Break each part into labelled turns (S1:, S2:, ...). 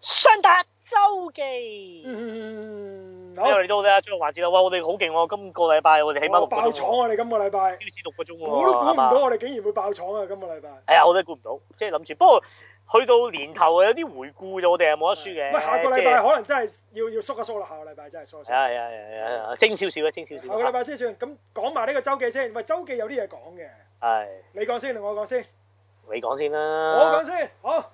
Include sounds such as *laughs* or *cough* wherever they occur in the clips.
S1: 雙達周記。
S2: 嗯，
S1: 因
S2: 好
S1: 為，你都好睇下最後環節啦，哇！我哋好勁喎，今個禮拜我哋起碼六
S2: 我
S1: 個
S2: 爆
S1: 鐘
S2: 廠
S1: 喎，
S2: 啊！你今個禮拜，
S1: 標誌六個鐘喎，
S2: 我都估唔
S1: 啱
S2: 到
S1: 啱。
S2: 我哋竟然會爆廠啊！今個禮拜，
S1: 係啊，我都估唔到，即係諗住。不過去到年頭有啲回顧就我哋係冇得輸嘅。
S2: 喂，下個禮拜可能真係要要縮一縮啦，下個禮拜真係縮一
S1: 即係。係啊
S2: 縮。
S1: 係啊係啊係啊，精少少嘅，精少
S2: 下
S1: 少。
S2: 個禮拜先算，咁講埋呢個周記先。喂，周記有啲嘢講嘅，
S1: 係
S2: 你講先定我講先？
S1: 你講先
S2: 我講
S1: 啦。
S2: 先，好，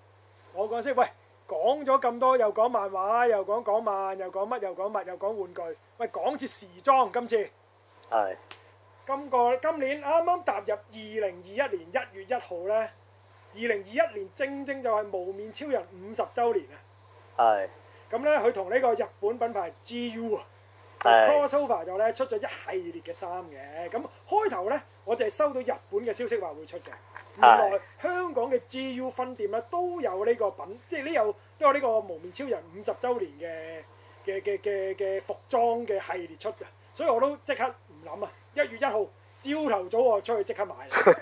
S2: 我講先。喂，講咗咁多，又講漫畫，又講港漫，又講乜，又講物，又講玩具。喂，講次時裝，今次，
S1: 係
S2: 今個今年啱啱踏入二零二一年一月一號呢，二零二一年正正就係無面超人五十週年啊！
S1: 係
S2: 咁呢，佢同呢個日本品牌 GU 啊。
S1: 係
S2: crossover 就咧出咗一系列嘅衫嘅，咁開頭咧我就係收到日本嘅消息話會出嘅，原
S1: 係
S2: 來香港嘅 GU 分店咧都有呢個品，即係呢有都有呢個無面超人五十週年嘅嘅嘅嘅嘅服裝嘅系列出嘅，所以我都即刻唔諗啊！一月一號朝頭早我出去即刻買
S1: *laughs*
S2: 啦，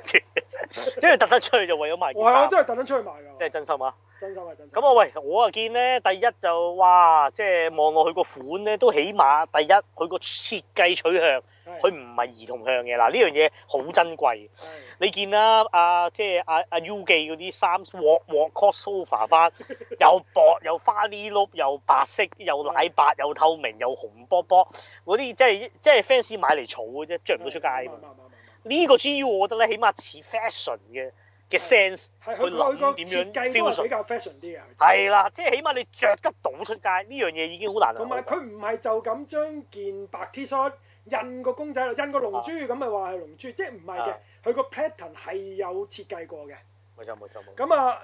S1: 因為特登出去就為咗賣件
S2: 我係我
S1: 衫，
S2: 真係特登出去買
S1: 即係
S2: 㗎，
S1: 真心啊！
S2: 真心啊真心。
S1: 咁啊喂，我啊見咧，第一就哇，即係望落去個款咧，都起碼第一佢個設計取向，
S2: 係
S1: 佢唔係兒童向嘅。嗱呢樣嘢好珍貴。
S2: 係
S1: 你見啦，啊即係阿阿 U 記嗰啲衫，鑊鑊 crossover 翻，又薄又花呢碌，又白色，又奶白，又透明，又紅卜卜，嗰啲即係即係 fans 買嚟儲嘅啫，着唔到出街
S2: 啱
S1: 㗎
S2: 啱啱
S1: 嘛。
S2: 啱啱
S1: 呢個 GU 我覺得咧，起碼似 fashion 嘅嘅 sense，
S2: 係
S1: 佢
S2: 佢佢個
S1: 諗點
S2: 設
S1: 樣
S2: 計都
S1: fusion
S2: 係比較 fashion 啲嘅，佢
S1: 係啦，即係起碼你着得到出街，呢樣嘢已經好難能
S2: 同埋
S1: 可貴。
S2: 佢唔係就咁將件白 T 恤印個公仔落，印個龍珠咁咪話係龍珠，即係唔係嘅
S1: 啊。
S2: 佢個 pattern 係有設計過嘅。
S1: 冇錯冇錯冇錯。
S2: 咁啊，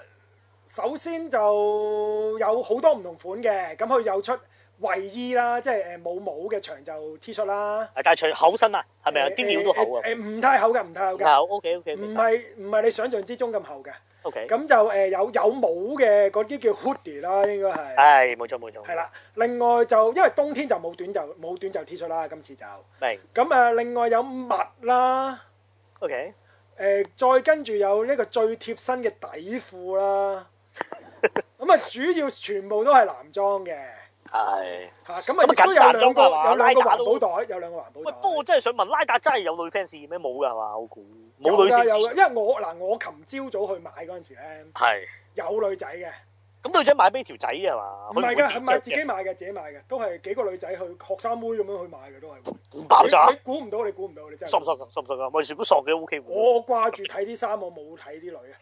S2: 首先就有好多唔同款嘅，咁佢有出衞衣啦，即係誒冇帽嘅長袖 T 恤啦。
S1: 係但係除厚身啊，係咪啊？
S2: 誒
S1: 啲料都厚啊
S2: 誒，誒唔太厚嘅，唔太厚
S1: 唔
S2: 嘅，
S1: 厚。OK OK
S2: 唔
S1: OK
S2: 係唔係你想象之中咁厚嘅。
S1: OK。
S2: 咁就誒有有帽嘅嗰啲叫 hoodie 啦，應該係。
S1: 唉，冇錯冇錯。
S2: 係，啦，另外就因為冬天就冇短袖冇短袖 T 恤啦，今次就咁
S1: 明。
S2: 誒，另外有襪啦，
S1: OK。
S2: 誒、再跟住有呢個最貼身嘅底褲啦，咁啊主要全部都係男裝嘅
S1: 係。
S2: 嚇，咁
S1: 咁啊
S2: 啊亦都有兩個
S1: 簡單啦
S2: 有兩個
S1: 拉打都
S2: 環保袋，有兩個環
S1: 喂，不
S2: 保
S1: 過
S2: 袋
S1: 我。真係想問，拉達真係有女 fans 咩？冇㗎係嘛？我估冇
S2: 有
S1: 女
S2: 㗎
S1: 先
S2: 有㗎，因為我嗱我琴朝早去買嗰陣時咧，
S1: 係。
S2: 有女仔嘅，
S1: 咁女仔買俾條仔啊係嘛？
S2: 唔
S1: 佢
S2: 係
S1: 會
S2: 㗎，
S1: 自己
S2: 係咪
S1: 着
S2: 自己買嘅，自己買嘅，都係幾個女仔去學生妹咁樣去買嘅，都係會。
S1: 嘅爆炸
S2: 你！你估唔到，你估唔到，你真係
S1: 索唔。索索唔索啊！我全部索嘅 OK 喎。
S2: *laughs* 我我掛住睇啲衫，我冇睇啲女啊。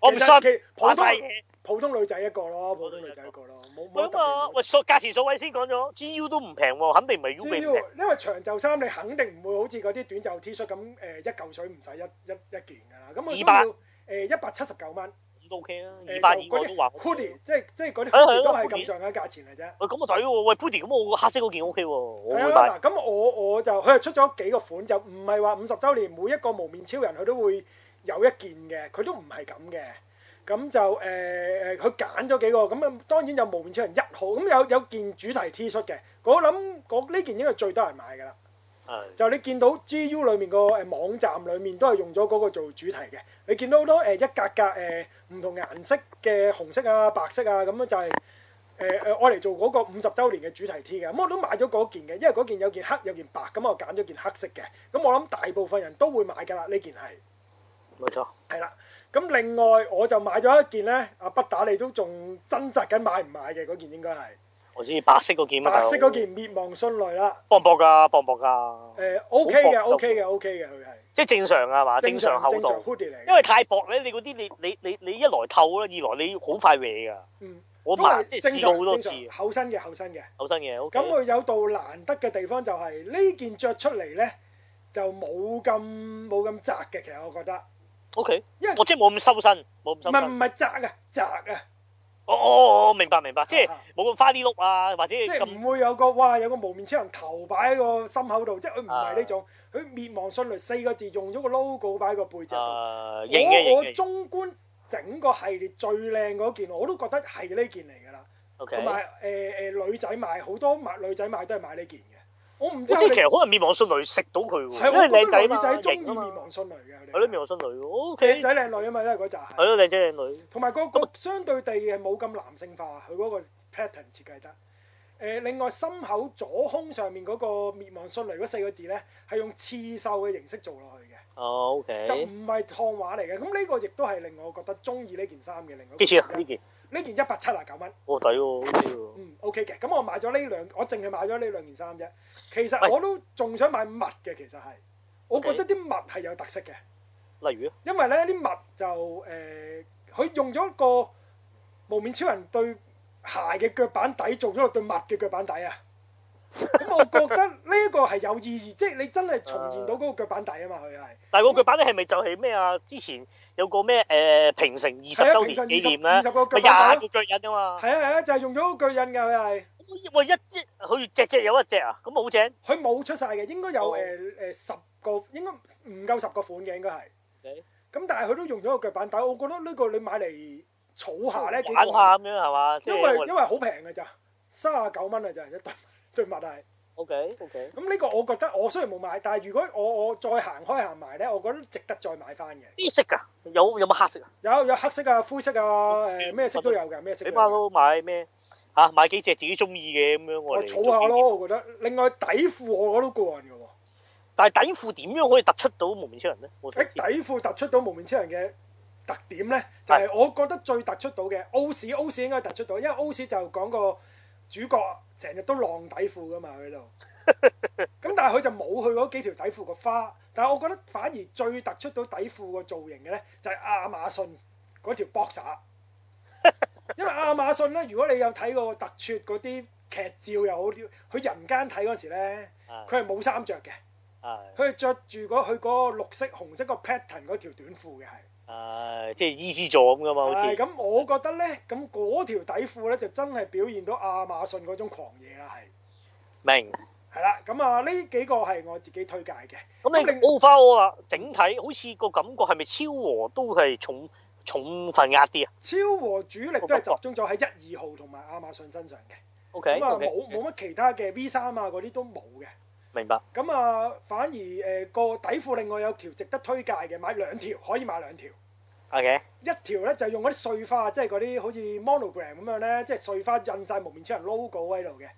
S1: 我唔
S2: 其
S1: 信，
S2: 實其普
S1: 話
S2: 通
S1: 晒啊嘢。
S2: 普通女仔一個咯，普通女仔一個咯，冇冇
S1: 喂
S2: 得
S1: 咁
S2: 特
S1: 啊，
S2: 別。
S1: 喂數價錢數位先講咗，G U 都唔平喎，肯定唔係 U 俾
S2: 主
S1: 唔平。
S2: 要因為長袖衫你肯定唔會好似嗰啲短袖 T 恤咁誒一嚿水唔使一一一件㗎啦，咁佢
S1: 200
S2: 都要誒一百七十九蚊
S1: 咁都 OK 啊，
S2: 誒
S1: 二
S2: 就
S1: 百二我都話
S2: 嗰啲 hoodie，
S1: OK
S2: 即係即係嗰
S1: 係
S2: 啲
S1: 啊係啊
S2: hoodie 都係
S1: hoodie
S2: 咁上下價錢嚟啫。
S1: 喂，咁我抵喎，喂 Puddy，咁我黑色嗰件 OK 喎，我會
S2: 係
S1: 買。
S2: 啊，嗱咁我我就佢係出咗幾個款，就唔係話五十週年每一個無面超人佢都會有一件嘅，佢都唔係咁嘅。咁就誒誒，佢揀咗幾個，咁啊當然有無面超人一號，咁有有件主題 T 恤嘅，我諗嗰呢件應該最多人買㗎啦。
S1: 係
S2: 就你見到 GU 裏面個誒網站裏面都係用咗嗰個做主題嘅，你見到好多誒一格格誒唔同顏色嘅紅色啊、白色啊咁樣就係誒誒我嚟做嗰個五十週年嘅主題 T 嘅，咁我都買咗嗰件嘅，因為嗰件有件黑有件白，咁我揀咗件黑色嘅，咁我諗大部分人都會買㗎啦，呢件係
S1: 冇錯，
S2: 係啦。咁另外我就買咗一件咧，阿不打你都仲掙扎緊買唔買嘅嗰件應該係
S1: 我知白色嗰件啊。
S2: 白色嗰
S1: 大佬
S2: 件滅亡迅雷啦，
S1: 磅唔磅㗎？磅唔磅㗎？
S2: 誒 OK 嘅
S1: 好薄
S2: OK 嘅 OK 嘅佢係。
S1: 即係正常啊嘛，正常厚
S2: 正常
S1: 度。
S2: hoodie 嚟
S1: 因
S2: 嘅，
S1: 為太薄咧，你嗰啲你你你你一來透啦，二來你好快歪㗎。
S2: 嗯，
S1: 我
S2: 都
S1: 買
S2: 係
S1: 即係
S2: 正
S1: 試過
S2: 常
S1: 好多次，
S2: 正常厚身嘅厚身嘅。
S1: 厚身嘢 OK。
S2: 咁佢有度難得嘅地方就係呢件着出嚟咧就冇咁冇咁窄嘅，其實我覺得，
S1: OK，
S2: 因為
S1: 我即係冇咁收身，冇咁收
S2: 唔係唔
S1: 身。
S2: 係窄啊，窄啊，
S1: 哦哦哦，明白明白，即係
S2: 啊
S1: 冇咁花啲碌啊，或者
S2: 即係
S1: 咁
S2: 唔會有個哇有個無面超人頭擺喺個心口度，即係佢唔係呢種，佢
S1: 啊
S2: 滅亡迅雷四個字用咗個 logo 擺喺個背脊度。
S1: 誒啊型嘅
S2: 啊我我
S1: 型嘅。
S2: 中觀整個系列最靚嗰件，我都覺得係呢件嚟㗎啦。
S1: OK
S2: 呃同。埋誒誒女仔買好多買女仔買都係買呢件嘅，我唔知
S1: 即係
S2: 係
S1: 其實可能滅亡迅雷食到佢喎，
S2: 係
S1: 因
S2: 我
S1: 為靚
S2: 覺得
S1: 仔
S2: 女
S1: 嘛，
S2: 仔中意
S1: 型啊
S2: 面
S1: 嘛，
S2: 黃迅雷嘅，佢
S1: 係咯
S2: 哋
S1: 滅亡迅雷喎
S2: 靚
S1: ，OK，
S2: 仔靚女啊嘛，因為嗰扎係
S1: 係咯靚啊仔靚女，
S2: 同埋個個相對地係冇咁男性化，佢嗰個 pattern 設計得。誒、另外心口左胸上面嗰個滅亡迅雷嗰四個字咧，係用刺繡嘅形式做落去嘅，
S1: 哦
S2: 就
S1: OK，
S2: 唔係燙畫嚟嘅。咁呢個亦都係令我覺得中意呢件衫嘅另外一個
S1: 幾錢啊
S2: 原因
S1: 呢件？
S2: 呢件一百七啊九蚊，
S1: 我抵喎，好抵喎
S2: 嗯 OK 嘅。咁我買咗呢兩，我淨係買咗呢兩件衫啫。其
S1: 喂
S2: 實我都仲想買襪嘅，其實係，我覺得啲襪係有特色嘅。
S1: 例如咧，
S2: 因為咧啲襪就誒，呃佢、用咗個無面超人對鞋嘅腳板底做咗個對襪嘅腳板底啊！咁我覺得呢一個係有意義，即係你真係重現到嗰個腳板底啊嘛，佢係
S1: 但係嗰句版咧係咪就係咩啊？之前有個咩誒平成二十
S2: 係啊
S1: 週
S2: 平
S1: 年
S2: 成
S1: 紀念
S2: 二
S1: 咧，
S2: 十個腳
S1: 咪廿
S2: 板底
S1: 個
S2: 咯
S1: 腳印啊嘛，
S2: 係啊係啊，就係、用咗個腳印㗎，佢係
S1: 喂一一佢隻隻有一隻啊，咁好正
S2: 佢冇出晒嘅，應該有
S1: 哦
S2: 誒誒十個，應該唔夠十個款嘅應該係。
S1: OK
S2: 咁但係佢都用咗個腳板底，我覺得呢個你買嚟儲下咧幾
S1: 哦玩
S2: 過癮
S1: 下咁樣係嘛？即
S2: 因
S1: 係
S2: 為因為好平㗎咋，三十九蚊啊咋一對 *laughs* 對襪係。
S1: OK OK，
S2: 咁呢個我覺得我雖然冇買，但係如果我我再行開行埋呢，我覺得值得再買翻嘅。
S1: 啲色㗎，有有冇黑色啊？
S2: 有有黑色啊、灰色啊、誒咩色都有嘅，咩色啊
S1: 你
S2: 都
S1: 媽
S2: 有嘅。
S1: 都買咩嚇？買幾隻自己中意嘅咁樣我
S2: 我
S1: 嚟
S2: 儲
S1: 做
S2: 下
S1: 紀念。
S2: 咯，我覺得。另外底褲我覺得都過癮嘅喎。
S1: 但係底褲點樣可以突出到無面超人咧？我想
S2: 喺
S1: 知。
S2: 底褲突出到無面超人嘅特點呢，就係、我覺得最突出到嘅 O 市 O 市應該突出到，因為 O 市就講個主角成日都晾底褲噶嘛佢喺度。
S1: *laughs*
S2: 咁但係佢就冇佢嗰幾條底褲個花，但係我覺得反而最突出到底褲個造型嘅呢，就係、亞馬遜嗰條 boxer。
S1: *laughs*
S2: 因為亞馬遜呢，如果你有睇過特撮嗰啲劇照又好，佢人間睇嗰時呢，
S1: 啊
S2: 佢係冇衫着嘅。
S1: 係
S2: 佢係着住嗰佢嗰個綠色紅色個 pattern 嗰條短褲嘅係，
S1: 係即係 easy 咗咁噶嘛，好
S2: 係
S1: 似
S2: 咁我覺得咧，咁嗰條底褲咧就真係表現到亞馬遜嗰種狂野啦，係
S1: 明。
S2: 係啦，咁啊呢幾個係我自己推介嘅，
S1: 咁你
S2: 咁另
S1: overall 啦，整體好似個感覺係咪超和都係重重份壓啲啊
S2: 超和主力都係集中咗喺一二號同埋亞馬遜身上
S1: *laughs*
S2: 嘅，
S1: ？OK
S2: 咁啊
S1: OK，
S2: 冇冇乜其他嘅 V 三啊嗰啲都冇嘅，
S1: 明白。
S2: 咁啊反而誒個底褲另外有條值得推介嘅，買兩條可以買兩條。
S1: OK
S2: 一條咧就用嗰啲碎花，即係嗰啲好似 monogram 咁樣咧，即係碎花印晒無面超人 logo 喺度嘅。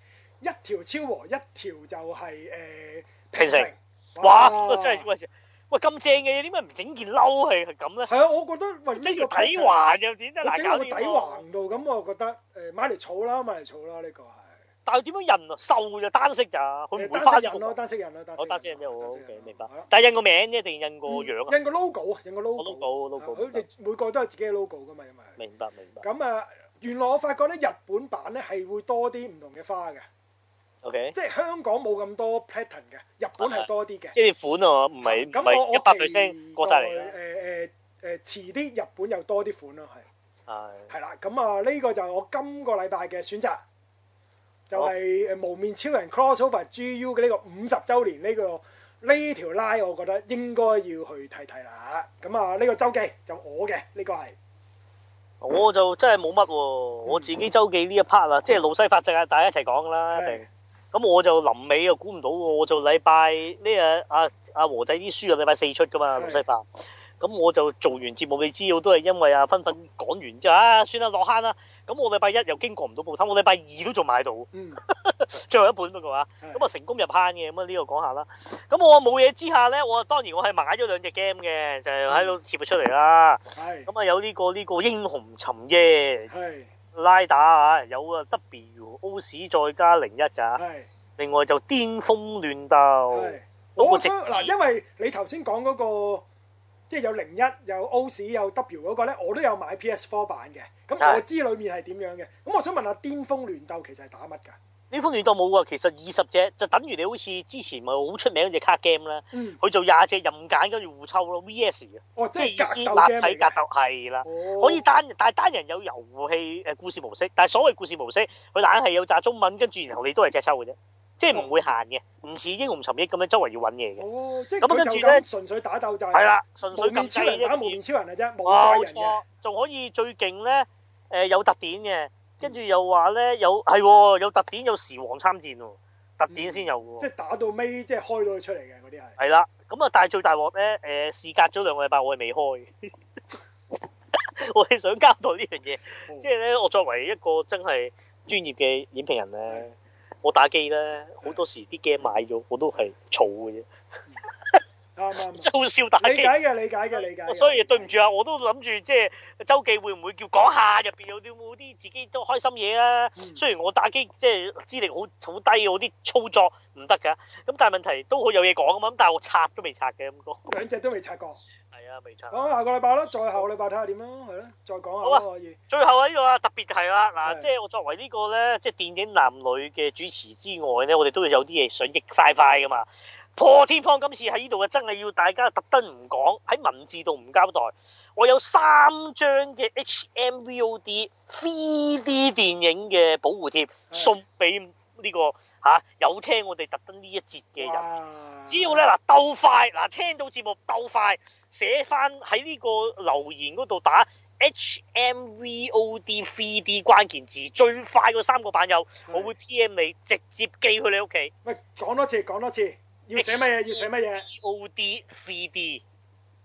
S2: 一條超和，一條就係、誒、
S1: 平成
S2: 成。
S1: 哇！呢個真係喂喂咁正嘅嘢，點解唔整件褸係係咁咧？
S2: 係啊！我覺得喂呢、
S1: 即係
S2: 個
S1: 條底
S2: pattern，
S1: 環又點真
S2: 我
S1: 難
S2: 整
S1: 搞
S2: 到個
S1: 啲
S2: 底
S1: 喎。
S2: 環度咁，我覺得誒、買嚟儲啦，買嚟儲啦，呢、個係
S1: 但係點樣印啊？瘦就單色咋，佢唔會
S2: 誒
S1: 花
S2: 單
S1: 呢
S2: 色
S1: 個
S2: 印咯，單色印咯，單色
S1: 我
S2: 印咯
S1: 單車咩？我
S2: 單色
S1: O
S2: 印
S1: K
S2: 咯
S1: 明白
S2: 係啊，
S1: 但係印個名啫，定印個樣啊？
S2: 印個 logo 啊，印個 logo，
S1: logo
S2: 啊
S1: logo，
S2: 佢哋每個都有自己嘅 logo 噶嘛，因為
S1: 明白明白。
S2: 咁啊，原來我發覺咧日本版咧係會多啲唔同嘅花嘅。
S1: O K，
S2: 即係香港冇咁多 pattern 嘅，日本係多啲嘅。
S1: 即係款啊，唔啊係唔
S2: 咁我
S1: 係
S2: 我
S1: 一百
S2: 期
S1: percent 過晒嚟啊
S2: 待誒誒誒，遲啲日本又多啲款咯，係
S1: 啦。係
S2: 係啦。咁啊，呢個就係我今個禮拜嘅選擇，就係誒無面超人 crossover GU 嘅呢個五十週年呢個呢條拉，我覺得應該要去睇睇啦。咁啊，呢個周記就我嘅呢個係
S1: 我就真係冇乜喎，
S2: 嗯
S1: 我自己周記呢一 part 啦，即係老西法則啊，大家一齊講㗎啦，一定
S2: 係。
S1: 咁我就臨尾又估唔到喎，我就禮拜呢日阿阿和仔啲書啊，禮拜四出噶嘛，
S2: 係
S1: 老西法。咁我就做完節目，你知道都係因為啊芬芬講完之後啊，算啦落坑啦。咁我禮拜一又經過唔到報攤，我禮拜二都仲買到。
S2: 嗯
S1: 最後一本不過啊，
S2: 係
S1: 咁啊成功入坑嘅，咁啊呢個講下啦。咁我冇嘢之下咧，我啊當然我係買咗兩隻 game 嘅，就係喺度貼咗出嚟啦。
S2: 係
S1: 咁啊有呢個呢個英雄尋夜
S2: 係
S1: 拉打啊，有啊 W O 史再加零一㗎，
S2: 係。
S1: 另外就巔峰亂鬥
S2: 係，，我
S1: 直
S2: 想
S1: 至
S2: 嗱，因為你頭先講嗰個即係有零一、有 O 市、有 W 嗰個咧，我都有買 PS4 版嘅，咁
S1: 係
S2: 我知裡面係點樣嘅。咁我想問下，巔峰亂鬥其實係打乜㗎？
S1: 呢款亂鬥冇啊，其實二十隻就等於你好似之前咪好出名嗰只卡 game 咧，
S2: 嗯，
S1: 佢就廿隻任揀跟住互抽咯，V S 嘅，
S2: 哦，即
S1: 即係意
S2: 係
S1: 思
S2: 格
S1: 立體
S2: 鬥 game 嚟
S1: 格
S2: 嘅，
S1: 鬥係啦。
S2: 哦
S1: 可以單，但係單人有遊戲誒故事模式，但係所謂故事模式，佢硬係有扎中文，跟住然後你都係隻抽嘅啫，即係唔會限嘅，唔似英雄尋憶咁樣周圍要揾嘢嘅，
S2: 哦，即係
S1: 咁
S2: 佢
S1: 跟
S2: 就
S1: 住呢
S2: 咁純粹打鬥就
S1: 係啦，純
S2: 無
S1: 粹撳
S2: 面超
S1: 掣
S2: 人打無
S1: 啫。
S2: 面超人嘅啫，冇怪
S1: 冇
S2: 人嘅，
S1: 錯，仲可以最勁咧，誒、有特點嘅，跟住又話咧有係喎、有特點有時王參戰喎，特典先有嘅
S2: 嗯即
S1: 喎。
S2: 係打到尾，即係開到佢出嚟嘅嗰啲係。
S1: 係啦，咁啊，但係最大鑊咧，誒、事隔咗兩個禮拜，我係未開。 *laughs* 我係想交代呢樣嘢，
S2: 哦
S1: 即係咧，我作為一個真係專業嘅影評人咧，我打機咧好多時啲 game 買咗，我都係儲嘅啫，
S2: 啱啱
S1: *laughs*
S2: 啱
S1: 真係好少打
S2: 理
S1: 機。
S2: 解嘅，理解嘅，理解嘅。
S1: 所以對唔住啊，我都諗住即係周記會唔會叫講下入邊有啲冇啲自己都開心嘢啊？
S2: 嗯
S1: 雖然我打機即係資歷好好低，我啲操作唔得㗎，咁但係問題都好有嘢講啊嘛。咁但係我拆都未拆嘅咁講，
S2: 兩隻都未拆過。
S1: 係啊，未拆。
S2: 講下個禮拜啦，再下個禮拜睇下點啦，係咯，再
S1: 好
S2: 講
S1: 啊
S2: 下啦可以。
S1: 最後喺呢度啊，特別係啦，
S2: 係
S1: 嗱，即係我作為呢個咧，即係電影男女嘅主持之外咧，我哋都有啲嘢想逆晒快噶嘛。破天荒今次喺呢度啊，真係要大家特登唔講，喺文字度唔交代。我有三張嘅 HMVOD 3D 電影嘅保護貼送俾呢個嚇、有聽我哋特登呢一節嘅人。
S2: 哇
S1: 只要咧嗱鬥快嗱，聽到節目鬥快，寫翻喺呢個留言嗰度打 HMVOD 3D 關鍵字，最快嗰三個版友，我會 PM 你，直接寄去你屋企。
S2: 喂，講多次，講多次，要寫乜嘢？要寫乜嘢
S1: VOD 3D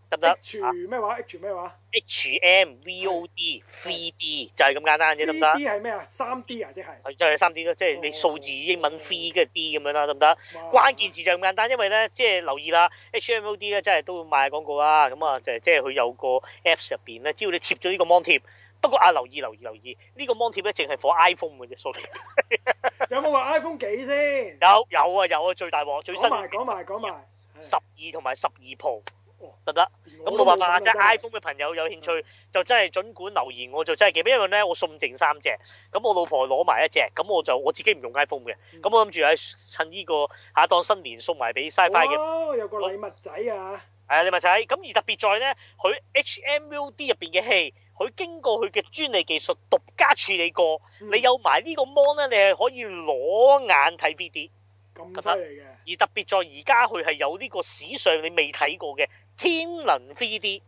S1: 得唔得啊
S2: ？H 咩話？H 咩話
S1: ？HMVOD 3D 就係咁簡單啫，得唔
S2: ？3D
S1: 得？
S2: 係咩啊？三 D 啊，即係。
S1: 係就係三 D 咯，即係你數字英文 three 跟住 D 咁樣啦，得唔得？關鍵字就咁簡單，因為咧即係留意啦，HMOD 咧真係都會賣廣告啦，咁啊就係即係佢有個 Apps 入邊咧，只要你貼咗呢個 mon 貼，不過啊留意留意留意，呢、個 mon 貼咧淨係 for iPhone 嘅啫，sorry，
S2: 有冇話 iPhone 幾先？
S1: 有有啊有啊啊最大鑊最新
S2: 講埋講埋講埋。
S1: 十二同埋十二 Pro
S2: 哦
S1: 得唔得？咁冇辦法，即係嗯
S2: 係
S1: iPhone 嘅朋友有興趣就真係儘管留言，我就真係記，因為咧我送剩三隻，咁我老婆攞埋一隻，咁我就我自己唔用 iPhone 嘅，咁我諗住喺趁呢個下當新年送埋俾 SciFi 嘅。
S2: 哦，有個禮物仔啊！
S1: 係啊，你咪睇。咁而特別在咧，佢 HMUD 入邊嘅戲，佢經過佢嘅專利技術獨家處理過，
S2: 嗯
S1: 你有埋呢個 mon 咧，你係可以攞眼睇 VD。
S2: 咁犀利嘅，
S1: 而特別在而家佢係有呢個史上你未睇過嘅天能 3D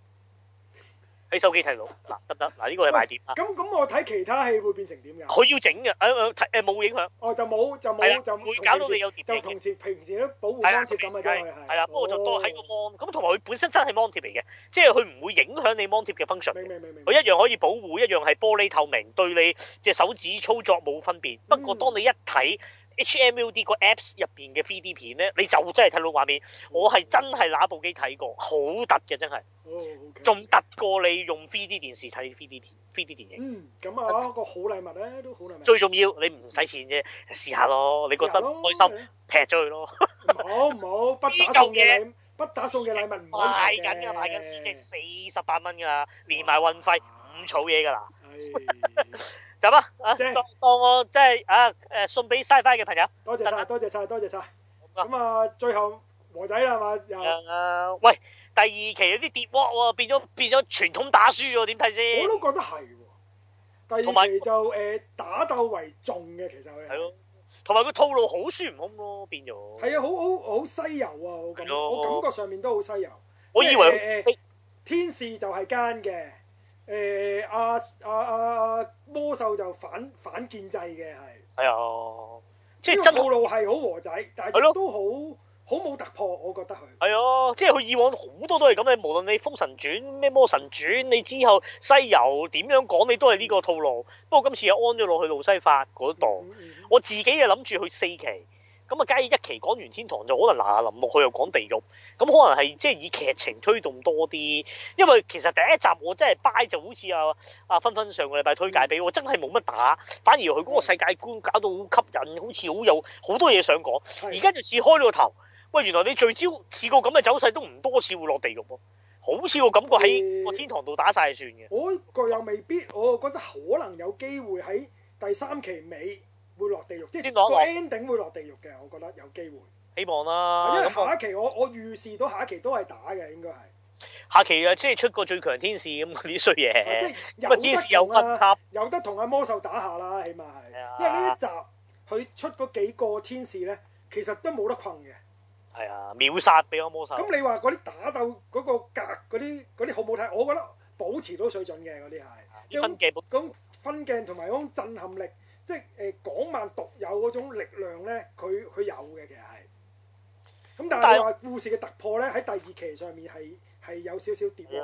S1: 喺手機睇到，嗱得唔得？嗱呢個係賣點啊！
S2: 咁咁我睇其他戲會變成點㗎？
S1: 佢要整嘅，誒誒睇誒冇影響，
S2: 哦，就冇就
S1: 係啦
S2: 冇就
S1: 會搞到你有碟
S2: 就
S1: 影嘅
S2: 同時平時都保護
S1: 係啦，
S2: 翻貼咁啊，真係係。
S1: 係啦，不過就多喺個
S2: 哦
S1: mon 咁，同埋佢本身真係 mon 貼嚟嘅，即係佢唔會影響你 mon 貼嘅 function 嘅
S2: 明。明明明。
S1: 佢一樣可以保護，一樣係玻璃透明，對你隻手指操作冇分
S2: 嗯
S1: 別。不過當你一睇 HMUD 個 Apps 入邊嘅 3D 片咧，你就真係睇到畫面。
S2: 嗯
S1: 我係真係拿部機睇過，好突嘅真係，
S2: 哦，OK
S1: 仲突過你用 3D 電視睇 3D 電 3D 電影。
S2: 嗯，咁啊，個好禮物咧都好禮物。
S1: 最重要你唔使錢啫，試下咯。你覺得唔開心，
S2: 心？
S1: 劈咗佢咯。
S2: 唔好唔好，不打送嘅禮，不打送嘅禮物唔好
S1: 賣緊㗎，賣緊市值四十八蚊㗎啦，連埋
S2: 哇
S1: 運費唔儲嘢㗎啦。
S2: 係
S1: 咁啊，啊
S2: 正
S1: 當當我即係啊誒送俾 SciFi 嘅朋友。
S2: 多謝晒，多謝晒，多謝晒。咁啊，最後和仔啦嘛，又
S1: 誒、
S2: 哦
S1: 喂，第二期嗰啲跌鍋喎，變咗變咗傳統打輸喎，點睇
S2: 我
S1: 先？
S2: 都覺得係喎。
S1: 同
S2: 第二
S1: 埋
S2: 期就誒打鬥為重嘅，其實佢
S1: 係咯，同埋個套路好孫悟空咯，變咗。
S2: 係啊，好好好西遊啊！我感
S1: 係咯
S2: 我感覺上面都好西遊。
S1: 我以為
S2: 即係
S1: 佢識
S2: 天使就係奸嘅，誒阿阿阿阿魔獸就反反建制嘅係。
S1: 係啊，即係
S2: 呢個
S1: 真
S2: 套路係好和仔，但
S1: 係
S2: 係
S1: 咯
S2: 亦都好好冇突破，我覺得佢。
S1: 係啊，即係佢以往好多都係咁嘅，無論你《封神傳》咩《魔神傳》，你之後《西遊》點樣講，你都係呢個套路。不過今次又安咗落去路西法嗰度。
S2: 嗯嗯嗯
S1: 我自己就諗住去四期，咁啊，梗係一期講完天堂就可能嗱臨落去又講地獄，咁可能係即係以劇情推動多啲，因為其實第一集我真係 buy 就好似啊啊芬芬上個禮拜推介俾我，真係冇乜打，反而佢嗰個世界觀搞到好吸引，好似好有好多嘢想講，而
S2: 嗯係
S1: 家就似開咗個頭，喂，原來你聚焦似個咁嘅走勢都唔多次會落地獄喎，好似個感覺喺個天堂度打晒就算嘅，
S2: 我個又未必，我覺得可能有機會喺第三期尾會落地獄，即
S1: 先
S2: 係
S1: 講
S2: 個
S1: 落
S2: ending 會落地獄嘅，我覺得有機會。
S1: 希望
S2: 因
S1: 啦，
S2: 為
S1: 咁啊
S2: 下一期我我預示到下一期都係打嘅，應該係。
S1: 下期啊即係出個最強天使咁嗰啲衰嘢。
S2: 即
S1: 咁啊，
S2: 係
S1: 天
S2: 有得
S1: 使有
S2: 同
S1: 分
S2: 啊，
S1: 級，
S2: 有得同阿魔獸打下啦，起碼
S1: 係啊
S2: 係。因為呢一集佢出嗰幾個天使咧，其實都冇得困嘅。
S1: 係啊，秒殺俾我魔獸。
S2: 咁你話嗰啲打鬥嗰個格嗰啲嗰啲好唔好睇？我覺得保持到水準嘅嗰啲係，即係
S1: 分
S2: 咁
S1: 嘅
S2: 咁分鏡同埋嗰種震撼力，即係誒港漫獨有嗰種力量咧，佢佢有嘅其實係。咁
S1: 但
S2: 但
S1: 係
S2: 係你話故事嘅突破咧，喺第二期上面係係有少少跌落嘅。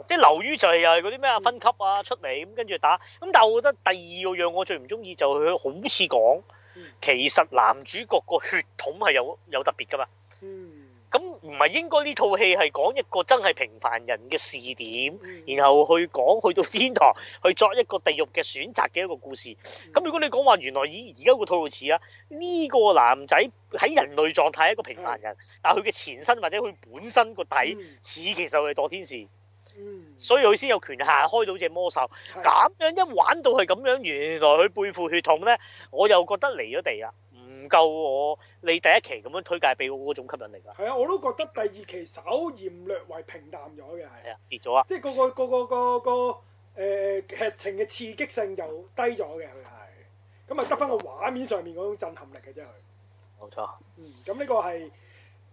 S1: 啊即係流於就係又係嗰啲
S2: 嗯
S1: 咩啊分級啊出嚟咁跟住打，咁但係我覺得第二個樣我最唔中意就係佢好似講
S2: 嗯，
S1: 其實男主角個血統係有有特別㗎嘛，
S2: 嗯
S1: 咁唔係應該呢套戲係講一個真係平凡人嘅視點，
S2: 嗯
S1: 然後去講去到天堂去作一個地獄嘅選擇嘅一個故事。咁如果你講話原來以而家個套路似啊，呢、個男仔喺人類狀態係一個平凡人，但係佢嘅前身或者佢本身個底
S2: 嗯
S1: 似其實係墮天使。
S2: 嗯，
S1: 所以佢先有權下開到只魔獸。
S2: 係
S1: 咁樣一玩到係咁樣，原來佢背負血統咧，我又覺得離咗地啦，唔夠我你第一期咁樣推介俾我嗰種吸引力啦，
S2: 係啊，我都覺得第二期稍嫌略為平淡咗嘅係
S1: 係。啊，跌咗啊，
S2: 即係個個個個個個誒劇情嘅刺激性就低咗嘅，佢係咁啊得翻個畫面上面嗰種震撼力嘅啫佢。
S1: 冇錯，
S2: 嗯，咁呢個係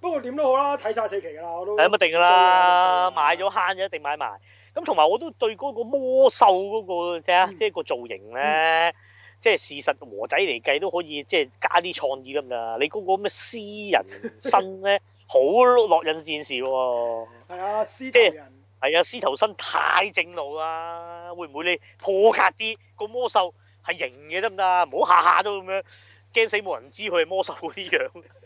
S2: 不過點都好啦，睇晒四期㗎啦，我都
S1: 係啊咁一定㗎啦，
S2: 追啊
S1: 買咗慳就一定買埋。咁同埋我都對嗰個魔獸嗰、個即係啊
S2: 嗯
S1: 即係個造型咧。即係事實和仔嚟計都可以，即係加啲創意咁㗎。你嗰個咩私人身咧，好落印戰士喎。
S2: 係啊，獅
S1: 即
S2: 頭
S1: 係
S2: 人
S1: 係啊，獅頭身太正路啦，會唔會你破格啲個魔獸係型嘅得唔得啊？唔好下下都咁樣，驚死冇人知佢係魔獸嗰啲樣。 *laughs*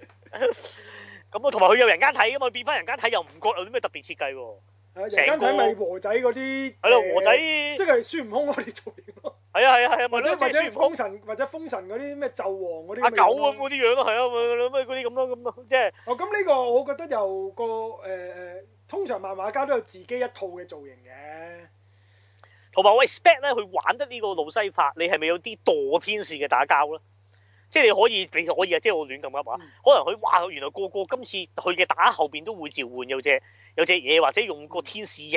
S1: 咁啊，同埋佢有人間體噶嘛，變翻人間體又唔覺有啲咩特別設計喎。
S2: 係啊人
S1: 成
S2: 間
S1: 個
S2: 睇咪和仔嗰啲
S1: 係咯，
S2: 誒
S1: 和仔
S2: 即
S1: 係
S2: 係孫悟空嗰啲造型咯，
S1: 啊係啊係啊，咪
S2: 或者
S1: 咯，即
S2: 或
S1: 係
S2: 者
S1: 孫悟空
S2: 封神或者封神嗰啲咩紂王嗰啲
S1: 阿
S2: 咁嘅
S1: 狗
S2: 樣咯
S1: 咁嗰啲樣咯，係啊，咪咪咪嗰啲咁咯，咁咯，即係
S2: 哦，咁呢個我覺得又個誒誒，通常漫畫家都有自己一套嘅造型嘅。
S1: 同埋我 expect 咧，佢玩得呢個路西法，你係咪有啲墮天使嘅打交咧？即係你可以，你可以啊！即係我亂咁噏啊
S2: 嗯，
S1: 可能佢哇，原來個個今次佢嘅打後邊都會召喚有隻有隻嘢，或者用個天使翼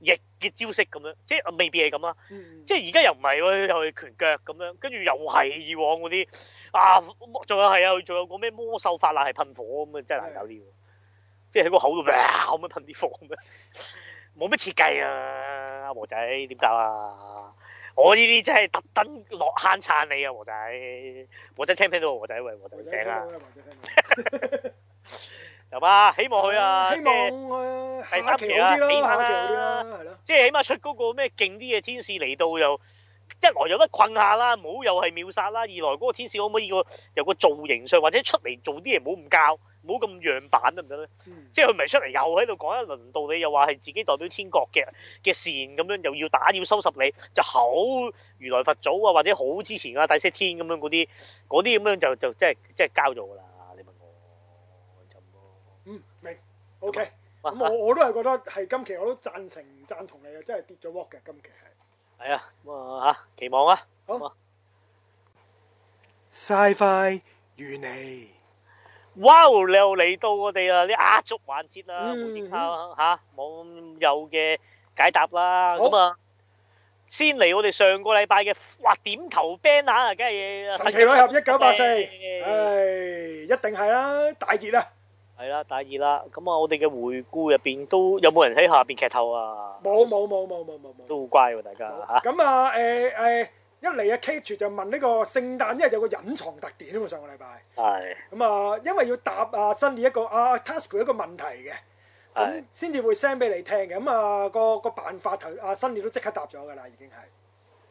S1: 翼嘅招式咁樣，即係啊未必係咁啦。
S2: 嗯，
S1: 即係而家又唔係喎，又係拳腳咁樣，跟住又係以往嗰啲啊，仲有係啊，佢仲有個咩魔獸法蘭係噴火咁啊，真係難搞啲喎！即係喺個口度哇咁樣噴啲火咁樣，啊冇乜設計啊，阿和仔點搞啊？我呢啲真係特登落坑撐你啊，和仔！和仔聽唔聽到啊？和仔喂，和仔
S2: 或者
S1: 醒
S2: 聽到
S1: 啊！
S2: 嘅，或者聽到
S1: 係嘛？希望佢啊，
S2: 希
S1: 即
S2: 望
S1: 係
S2: 誒
S1: 第
S2: 下
S1: 三
S2: 期
S1: 期
S2: 好
S1: 啊
S2: 啲
S1: 俾
S2: 啦，
S1: 返
S2: 下期好啲
S1: 啦
S2: 啦，係咯。
S1: 即係起碼出嗰個咩勁啲嘅天使嚟到又一來有得困下啦，唔好又係秒殺啦；二來嗰個天使可唔可以個由個造型上或者出嚟做啲嘢唔好咁教，唔好咁樣板得唔得咧？
S2: 嗯
S1: 即係佢唔係出嚟又喺度講一輪道理，又話係自己代表天國嘅嘅善咁樣，又要打要收拾你，就好如來佛祖啊，或者好之前啊大色天咁樣嗰啲嗰啲咁樣就就即係即係交咗㗎啦。你問我就咁咯。
S2: 嗯，明。OK，
S1: 哇
S2: 咁我我都係覺得係今期我都贊成贊同你嘅，真係跌咗 walk 嘅今期係。
S1: 係啊，咁啊嚇，期望啊！
S2: Sci-Fi 與你，
S1: 哇！又嚟到我哋啊啲壓軸環節啦，
S2: 嗯
S1: 冇點靠嚇網友嘅解答啦，
S2: 好
S1: 咁啊先嚟我哋上個禮拜嘅哇點頭 banner 啊，梗係
S2: 神奇女俠一九八四，
S1: 係
S2: 唉，一定係啦，大熱啦，
S1: 啦，大二啦，咁啊我哋嘅回顧入邊都有冇人喺下邊劇透啊？
S2: 冇冇冇冇冇冇冇。
S1: 都好乖喎，大家嚇
S2: 咁啊誒誒，一嚟啊 Kate 住就問呢個聖誕，因為有個隱藏特點啊嘛，上個禮拜。
S1: 係
S2: 咁啊，因為要答啊 Sunny 一個啊 Task 一個問題嘅，
S1: 係
S2: 咁先至會 send 俾你聽嘅。咁啊，個個辦法頭啊 Sunny 都即刻答咗㗎啦，已經係。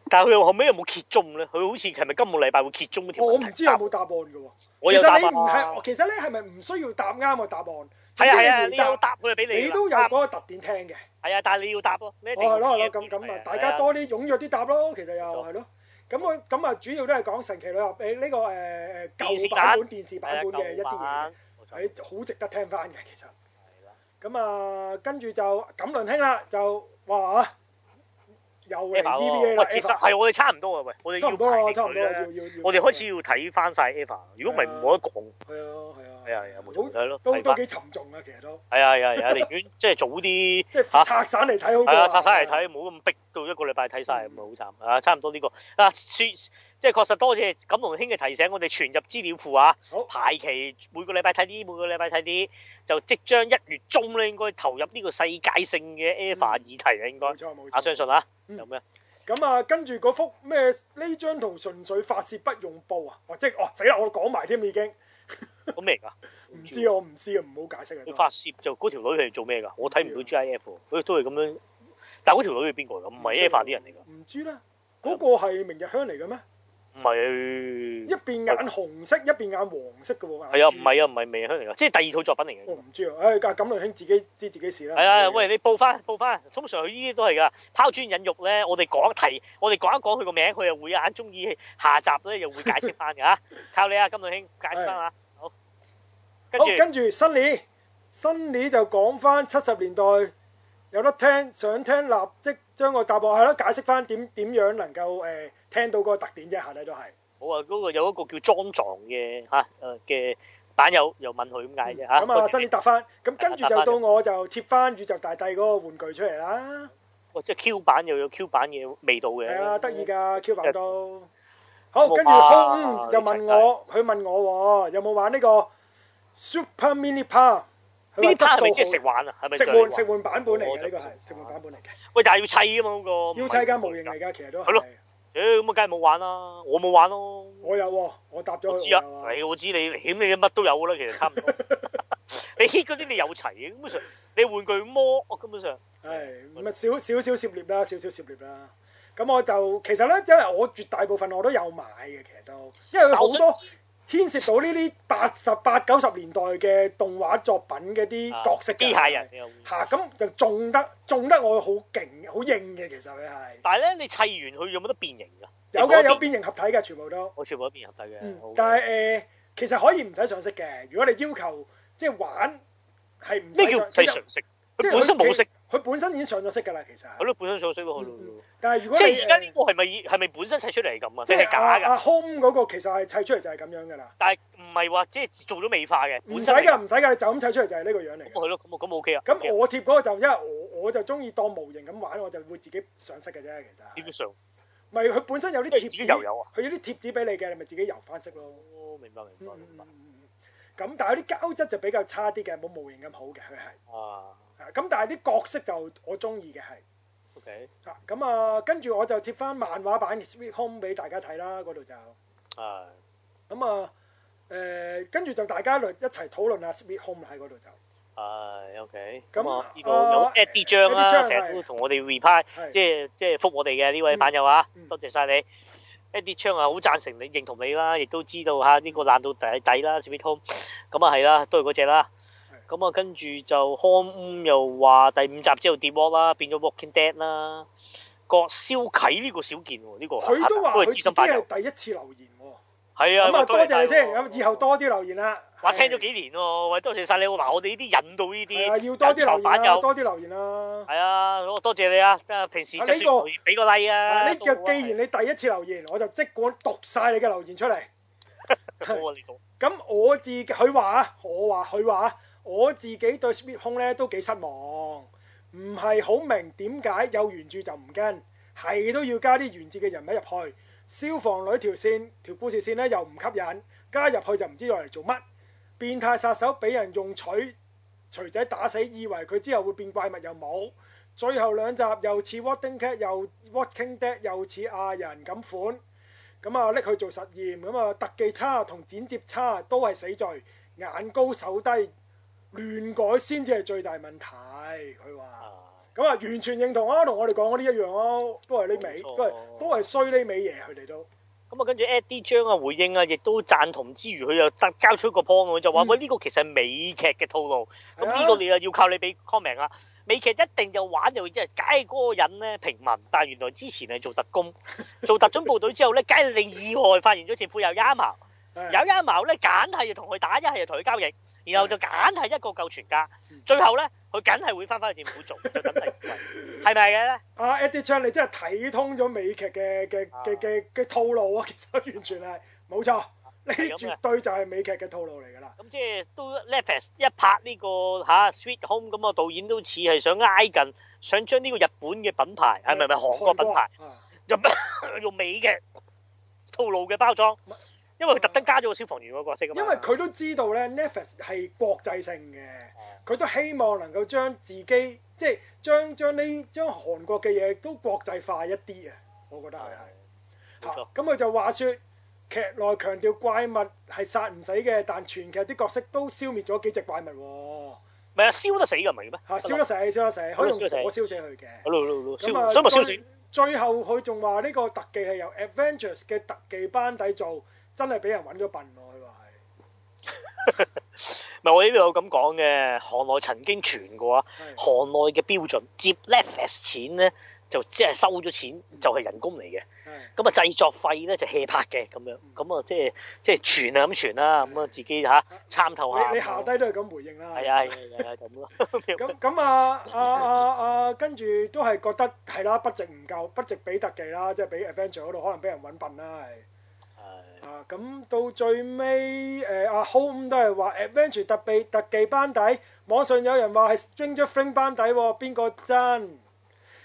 S1: 但係佢後尾有冇揭盅咧？佢好似係咪今個禮拜會揭盅條
S2: 我
S1: 問
S2: 我
S1: 題？
S2: 唔知有冇答案嘅喎。
S1: 啊我
S2: 其
S1: 有答
S2: 實
S1: 案
S2: 你唔係，
S1: 啊！
S2: 其實咧係咪唔需要答啱個答案？
S1: 係啊係啊，
S2: 總之
S1: 你
S2: 回答
S1: 有答佢就俾你
S2: 你
S1: 啦
S2: 都有
S1: 啱
S2: 嗰個特點聽嘅。
S1: 係啊，但係你要答咯，你一定
S2: 哦，
S1: 要
S2: 係咯係
S1: 知一
S2: 咯，咁
S1: 啲
S2: 咁
S1: 係
S2: 啊
S1: 啊，
S2: 大家多啲踴躍啲答咯。其實又
S1: 冇錯
S2: 係咯。咁我咁啊，主要都係講神奇女俠誒呢個誒誒
S1: 電視
S2: 舊
S1: 版
S2: 版本電視
S1: 係
S2: 版
S1: 啊
S2: 本嘅一啲
S1: 舊
S2: 嘢
S1: 版，冇錯
S2: 係好值得聽翻嘅其實。
S1: 係啦
S2: 咁啊，跟住就錦麟兄啦，就哇又嚟
S1: Eva 喎
S2: EVA 啦
S1: 喂，其實
S2: Eva
S1: 係我哋差唔多啊，喂，我哋
S2: 差
S1: 要
S2: 唔多啦，
S1: 排
S2: 差
S1: 定
S2: 唔
S1: 佢
S2: 多啊啦，要
S1: 咧，
S2: 要要。
S1: 我哋開始要睇翻晒 Eva，如果唔係冇得講。
S2: 係啊係啊
S1: 係啊係啊冇錯
S2: 好
S1: 係咯
S2: 都
S1: 睇
S2: 都
S1: 返
S2: 幾沉重啊，其實都
S1: 係啊係啊係啊，寧願即係早啲
S2: 即係
S1: 嚇
S2: 拆散嚟睇好過。
S1: 係啊，拆晒嚟睇，唔好咁逼到一個禮拜睇晒，
S2: 嗯
S1: 咁啊好慘啊！差唔多呢個啊，説即係確實多謝錦龍兄嘅提醒，我哋存入資料庫啊
S2: 好，
S1: 排期每個禮拜睇啲，每個禮拜睇啲，就即將一月中咧應該投入呢個世界性嘅 EVA 議題啊，應該
S2: 嗯冇錯冇錯。
S1: 啊，相信啊，
S2: 嗯
S1: 有咩？
S2: 咁啊，跟住嗰幅咩呢張圖純粹發泄不用報啊，或者哦死啦，我講埋添已經，
S1: 咁咩嚟㗎？
S2: 唔知我唔知啊，唔好解釋啊
S1: 佢
S2: 都。
S1: 發攝就嗰條女係做咩㗎？我睇唔到
S2: 啊
S1: GIF，喎佢都係咁樣。但嗰條女係邊個㗎？唔
S2: 啊
S1: 係 Eva 啲人嚟㗎，
S2: 唔知咧，嗰、個係明日香嚟嘅咩？
S1: 唔
S2: 一
S1: 係。
S2: 邊眼紅色，一邊眼黃色嘅喎。
S1: 係啊，唔
S2: 眼珠。
S1: 係啊，唔係未香嚟㗎，即係第二套作品嚟
S2: 我
S1: 嘅。
S2: 唔知啊，唉，咁咁梁兄自己知自己事啦。
S1: 係啊，喂，你報翻報翻，通常佢呢啲都係㗎，拋磚引玉咧。我哋講提，我哋講一講佢個名，佢又會眼中意下集咧，又會解釋
S2: *laughs*
S1: 翻㗎嚇。靠你啊，金女兄解釋翻啊，好。跟
S2: 好，
S1: 住
S2: 跟住新年，新年就講翻七十年代有得聽，想聽立即將個答案係咯，解釋翻點點樣能夠誒、呃、聽到嗰個特點啫，下底都係。
S1: 好啊，嗰個有一個叫莊撞嘅嚇誒嘅版友，又問佢咁解啫嚇。
S2: 咁啊，新年答翻，咁跟住
S1: 答
S2: 就
S1: 返
S2: 到我就貼翻宇宙大帝嗰個玩具出嚟啦，
S1: 哇！即係 Q 版又有 Q 版嘅味道嘅，
S2: 係啊，得意㗎 Q 版都。
S1: 有
S2: 好，跟住
S1: 啊
S2: 空就問
S1: 你
S2: 我，佢問我喎，有冇玩呢個 Super Mini Par？佢
S1: 呢
S2: 話
S1: 啲
S2: 質
S1: 牌係
S2: 素
S1: 咪即係
S2: 好
S1: 食玩啊？係咪
S2: 食
S1: 就係
S2: 玩食玩版本嚟
S1: 我
S2: 嘅
S1: 就
S2: 呢個
S1: 食
S2: 係
S1: 玩
S2: 食玩版本嚟嘅，
S1: 喂，但係要砌噶嘛嗰個。
S2: 要砌間模型嚟。㗎，其實都
S1: 係咯
S2: 係。
S1: 誒咁啊，梗係冇玩啦，我冇玩咯。
S2: 我有喎，我答咗佢。
S1: 我知啊，
S2: 我有
S1: 誒我知你險你乜都有㗎啦，其實差唔
S2: *laughs*
S1: 多。你 hit 嗰啲你有齊嘅，根本上你玩具魔，我根本上
S2: 係咁啊，少少少涉獵啦，少少涉獵啦。咁我就其實咧，因為我絕大部分我都有買嘅，其實都，因為佢好多牽涉到呢啲八十八九十年代嘅動畫作品嘅啲
S1: 啊
S2: 角色嘅
S1: 機械人。你又會
S2: 嚇咁就中得中得我好勁好硬嘅，其實佢係
S1: 但係咧，你砌完佢有冇得變形㗎？
S2: 有
S1: 冇得
S2: 嘅
S1: 變
S2: 有，變形合體嘅，全部都。
S1: 我全部都變形睇嘅
S2: 嗯。
S1: 好，
S2: 但係誒、呃其實可以唔使上色嘅。如果你要求即係玩係唔
S1: 咩
S2: 使
S1: 叫
S2: 上
S1: 砌
S2: 其實
S1: 常識？
S2: 即
S1: 佢
S2: 係
S1: 本身冇識，，
S2: 佢本身已經上咗色㗎啦，其實係。
S1: 係咯，本身上識咯，係咯
S2: 嗯嗯但係如果
S1: 即
S2: 你
S1: 係而家呢個係咪係咪本身砌出嚟係咁啊？
S2: 即
S1: 定係假㗎？
S2: 阿 Home 嗰個其實係砌出嚟就係咁樣㗎啦，
S1: 但係唔係話即係做咗美化嘅，
S2: 唔
S1: 本
S2: 使
S1: 身係
S2: 㗎，唔使㗎，你就咁砌出嚟就係呢個樣嚟
S1: 咁
S2: 嘅。
S1: 係咯，咁我咁 OK 啊。
S2: 咁我貼嗰個就因為我我就中意當模型咁玩，我就會自己上色嘅啫，其實
S1: 基本
S2: 係。
S1: 上，
S2: 咪佢本身有啲
S1: 即係
S2: 貼
S1: 自己
S2: 紙，
S1: 油油啊
S2: 佢有啲貼紙俾你嘅，你咪自己油翻色咯。
S1: 我哦明白明
S2: 嗯
S1: 白
S2: 嗯
S1: 明白
S2: 嗯嗯嗯咁但係有啲膠質就比較差啲嘅，冇模型咁好嘅，佢係。
S1: 啊
S2: 咁但係啲角色就我中意嘅係。
S1: ，OK
S2: 啊，咁啊，跟住我就貼翻漫畫版嘅 Sweet Home 俾大家睇啦，嗰度就。
S1: 啊，
S2: 咁啊，誒，跟住就大家一齊討論下 Sweet Home 啦喺嗰度就
S1: 係 OK。
S2: 咁
S1: 咁啊，呢度
S2: 啊
S1: 有 at 啲張啦，
S2: Eddie 張
S1: 成日
S2: 係
S1: 都同我哋 reply，
S2: 係
S1: 即係即係覆我哋嘅呢位版友啊
S2: 嗯，嗯
S1: 多謝晒你。一啲槍啊，好贊成你認同你啦，亦都知道
S2: 嗯
S1: 嚇呢個爛到底底啦 s w e e t Home，咁啊係啦，都係嗰只啦。咁啊跟住就康烏又話第五集之後跌 w 啦，變咗 Walking Dead 啦。個蕭啟呢個少見喎，呢個
S2: 佢都話佢
S1: 係
S2: 自己
S1: 資深版友，
S2: 係第一次留言喎。
S1: 係啊。
S2: 咁啊，多謝你先，
S1: 大佬
S2: 咁以後多啲留言啦。
S1: 話
S2: 係
S1: 聽咗幾年喎，喂，多謝晒你喎。嗱，我哋呢啲引到呢
S2: 係啊，
S1: 啲
S2: 要多啲留
S1: 版
S2: 言啦，
S1: 友，
S2: 多啲留言啦。
S1: 係啊，我多謝你啊。啊平時
S2: 啊
S1: 就
S2: 呢個
S1: 算俾個 like 啊，
S2: 啊！呢
S1: 都
S2: 個
S1: 好啊
S2: 既然你第一次留言，我就即管讀晒你嘅留言出嚟。
S1: 好啊，你讀
S2: 咁我自己佢話啊我話佢話我自己對 Sweet Home 咧都幾失望，唔係好明點解有原著就唔跟，係都要加啲原著嘅人物入去。消防女條線條故事線咧又唔吸引，加入去就唔知攞嚟做乜。變態殺手俾人用錘錘仔打死，以為佢之後會變怪物又冇。最後兩集又似 Walking Cat 又 Walking Dead 又似亞人咁款。咁啊拎佢做實驗，咁啊特技差同剪接差都係死罪，眼高手低，亂改先至係最大問題。佢話：
S1: 啊，
S2: 咁啊完全認同啊，同我哋講嗰啲一樣咯，都係呢味，
S1: 冇錯
S2: 都係都係衰呢味嘢，佢哋都
S1: 咁啊，跟住 at 啲張啊回應啊，亦都贊同之餘，佢又得交出一個 point 喎，就話
S2: 嗯
S1: 喂呢個其實係美劇嘅套路，咁
S2: 係啊
S1: 呢個你又要靠你俾 comment 啦。美劇一定就玩就即係，梗係嗰個人咧平民，但係原來之前係做特工，做特種部隊之後咧，梗係令意外發現咗政府有陰謀。
S2: 唉
S1: 有陰謀咧，揀係就同佢打，一係就同佢交易，然後就揀係一個救全家
S2: 嗯，
S1: 最後咧佢梗係會翻返去政府做，就梗係
S2: *laughs*
S1: 係咪嘅咧？
S2: 啊 Eddie Chan，你真係睇通咗美劇嘅嘅
S1: 啊
S2: 嘅嘅嘅套路啊！其實 *laughs* 完全係冇錯，呢
S1: 係咁
S2: 啲
S1: 嘅
S2: 絕對就係美劇嘅套路嚟㗎啦。
S1: 咁即係都 Netflix 一拍呢、個嚇、Sweet Home 咁啊，導演都似係想挨近，想將呢個日本嘅品牌係咪咪韓國品牌
S2: 嗯韓國啊
S1: 用用美嘅套路嘅包裝
S2: 唔係，
S1: 因為佢特登加咗個消防員個角色啊嘛。
S2: 因為佢都知道咧，Netflix 係國際性嘅，
S1: 啊
S2: 佢都希望能夠將自己即係將將呢將韓國嘅嘢都國際化一啲啊。我覺得係
S1: 係
S2: 係。
S1: 冇錯
S2: 嚇咁佢就話説劇內強調怪物係殺唔死嘅，但全劇啲角色都消滅咗幾隻怪物喎。
S1: 咪啊燒得死㗎，唔係嘅咩？
S2: 嚇燒得死，燒得死，可以用
S1: 燒得死
S2: 火燒死佢嘅。
S1: 好咯好咯好咯
S2: 咁啊
S1: 燒，所以咪燒
S2: 最
S1: 死。
S2: 最後佢仲話呢個特技係由 Avengers 嘅特技班底做，真係俾人揾咗笨喎。佢話
S1: 咪我呢度有咁講嘅，行內曾經傳過啊，
S2: 係係
S1: 行內嘅標準接 Netflix 錢咧就即係收咗錢就係人工嚟嘅，
S2: 係
S1: 咁啊製作費咧就 hea 拍嘅咁樣，咁啊即係即係傳啊咁傳啦，咁啊自己嚇參透下。
S2: 你你下低都係咁回應啦。
S1: 係啊係啊係啊就咁咯。
S2: 咁咁啊啊啊啊，跟住都係覺得係啦，不值唔夠，不值俾特技啦，即係俾 Avenger 嗰度可能俾人揾笨啦，係。啊，咁到最尾，誒、阿 Home 都係話 Adventure 特備特技班底，網上有人話係 Stranger Things 班底喎，邊個真？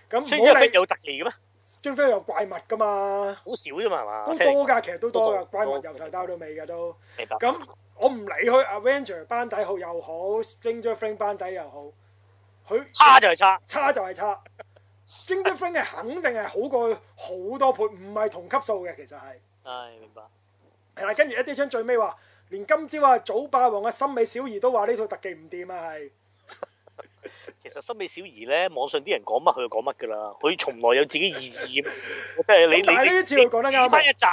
S2: 咁
S1: 所以
S2: 唔
S1: 呢
S2: 好
S1: 個
S2: 理
S1: fit 有特技嘅咩？
S2: Stranger Things 有怪物噶嘛，
S1: 好少啫啊嘛係嘛？
S2: 都
S1: 聽你
S2: 多
S1: 講
S2: 㗎，其實都多㗎，
S1: 都多
S2: 怪物由
S1: 都
S2: 頭
S1: 多
S2: 到到尾㗎都。
S1: 明白。
S2: 咁我唔理佢 Adventure 班底好又好，Stranger Things 班底又好，佢
S1: 差就係差，
S2: 差就係差。Stranger Things 係肯定係好過佢好多倍，唔係同級數嘅其實係。
S1: 唉明白。
S2: 係啦，跟住一啲槍最尾話，連今朝啊早霸王啊森美小儀都話呢套特技唔掂啊，係
S1: 其實森美小儀咧，網上啲人講乜佢就講乜㗎啦，佢從來有自己意志
S2: *laughs*
S1: 嘅，即係你
S2: 咁但係
S1: 你
S2: 呢
S1: 你
S2: 次佢講得啱啊
S1: 你翻一集，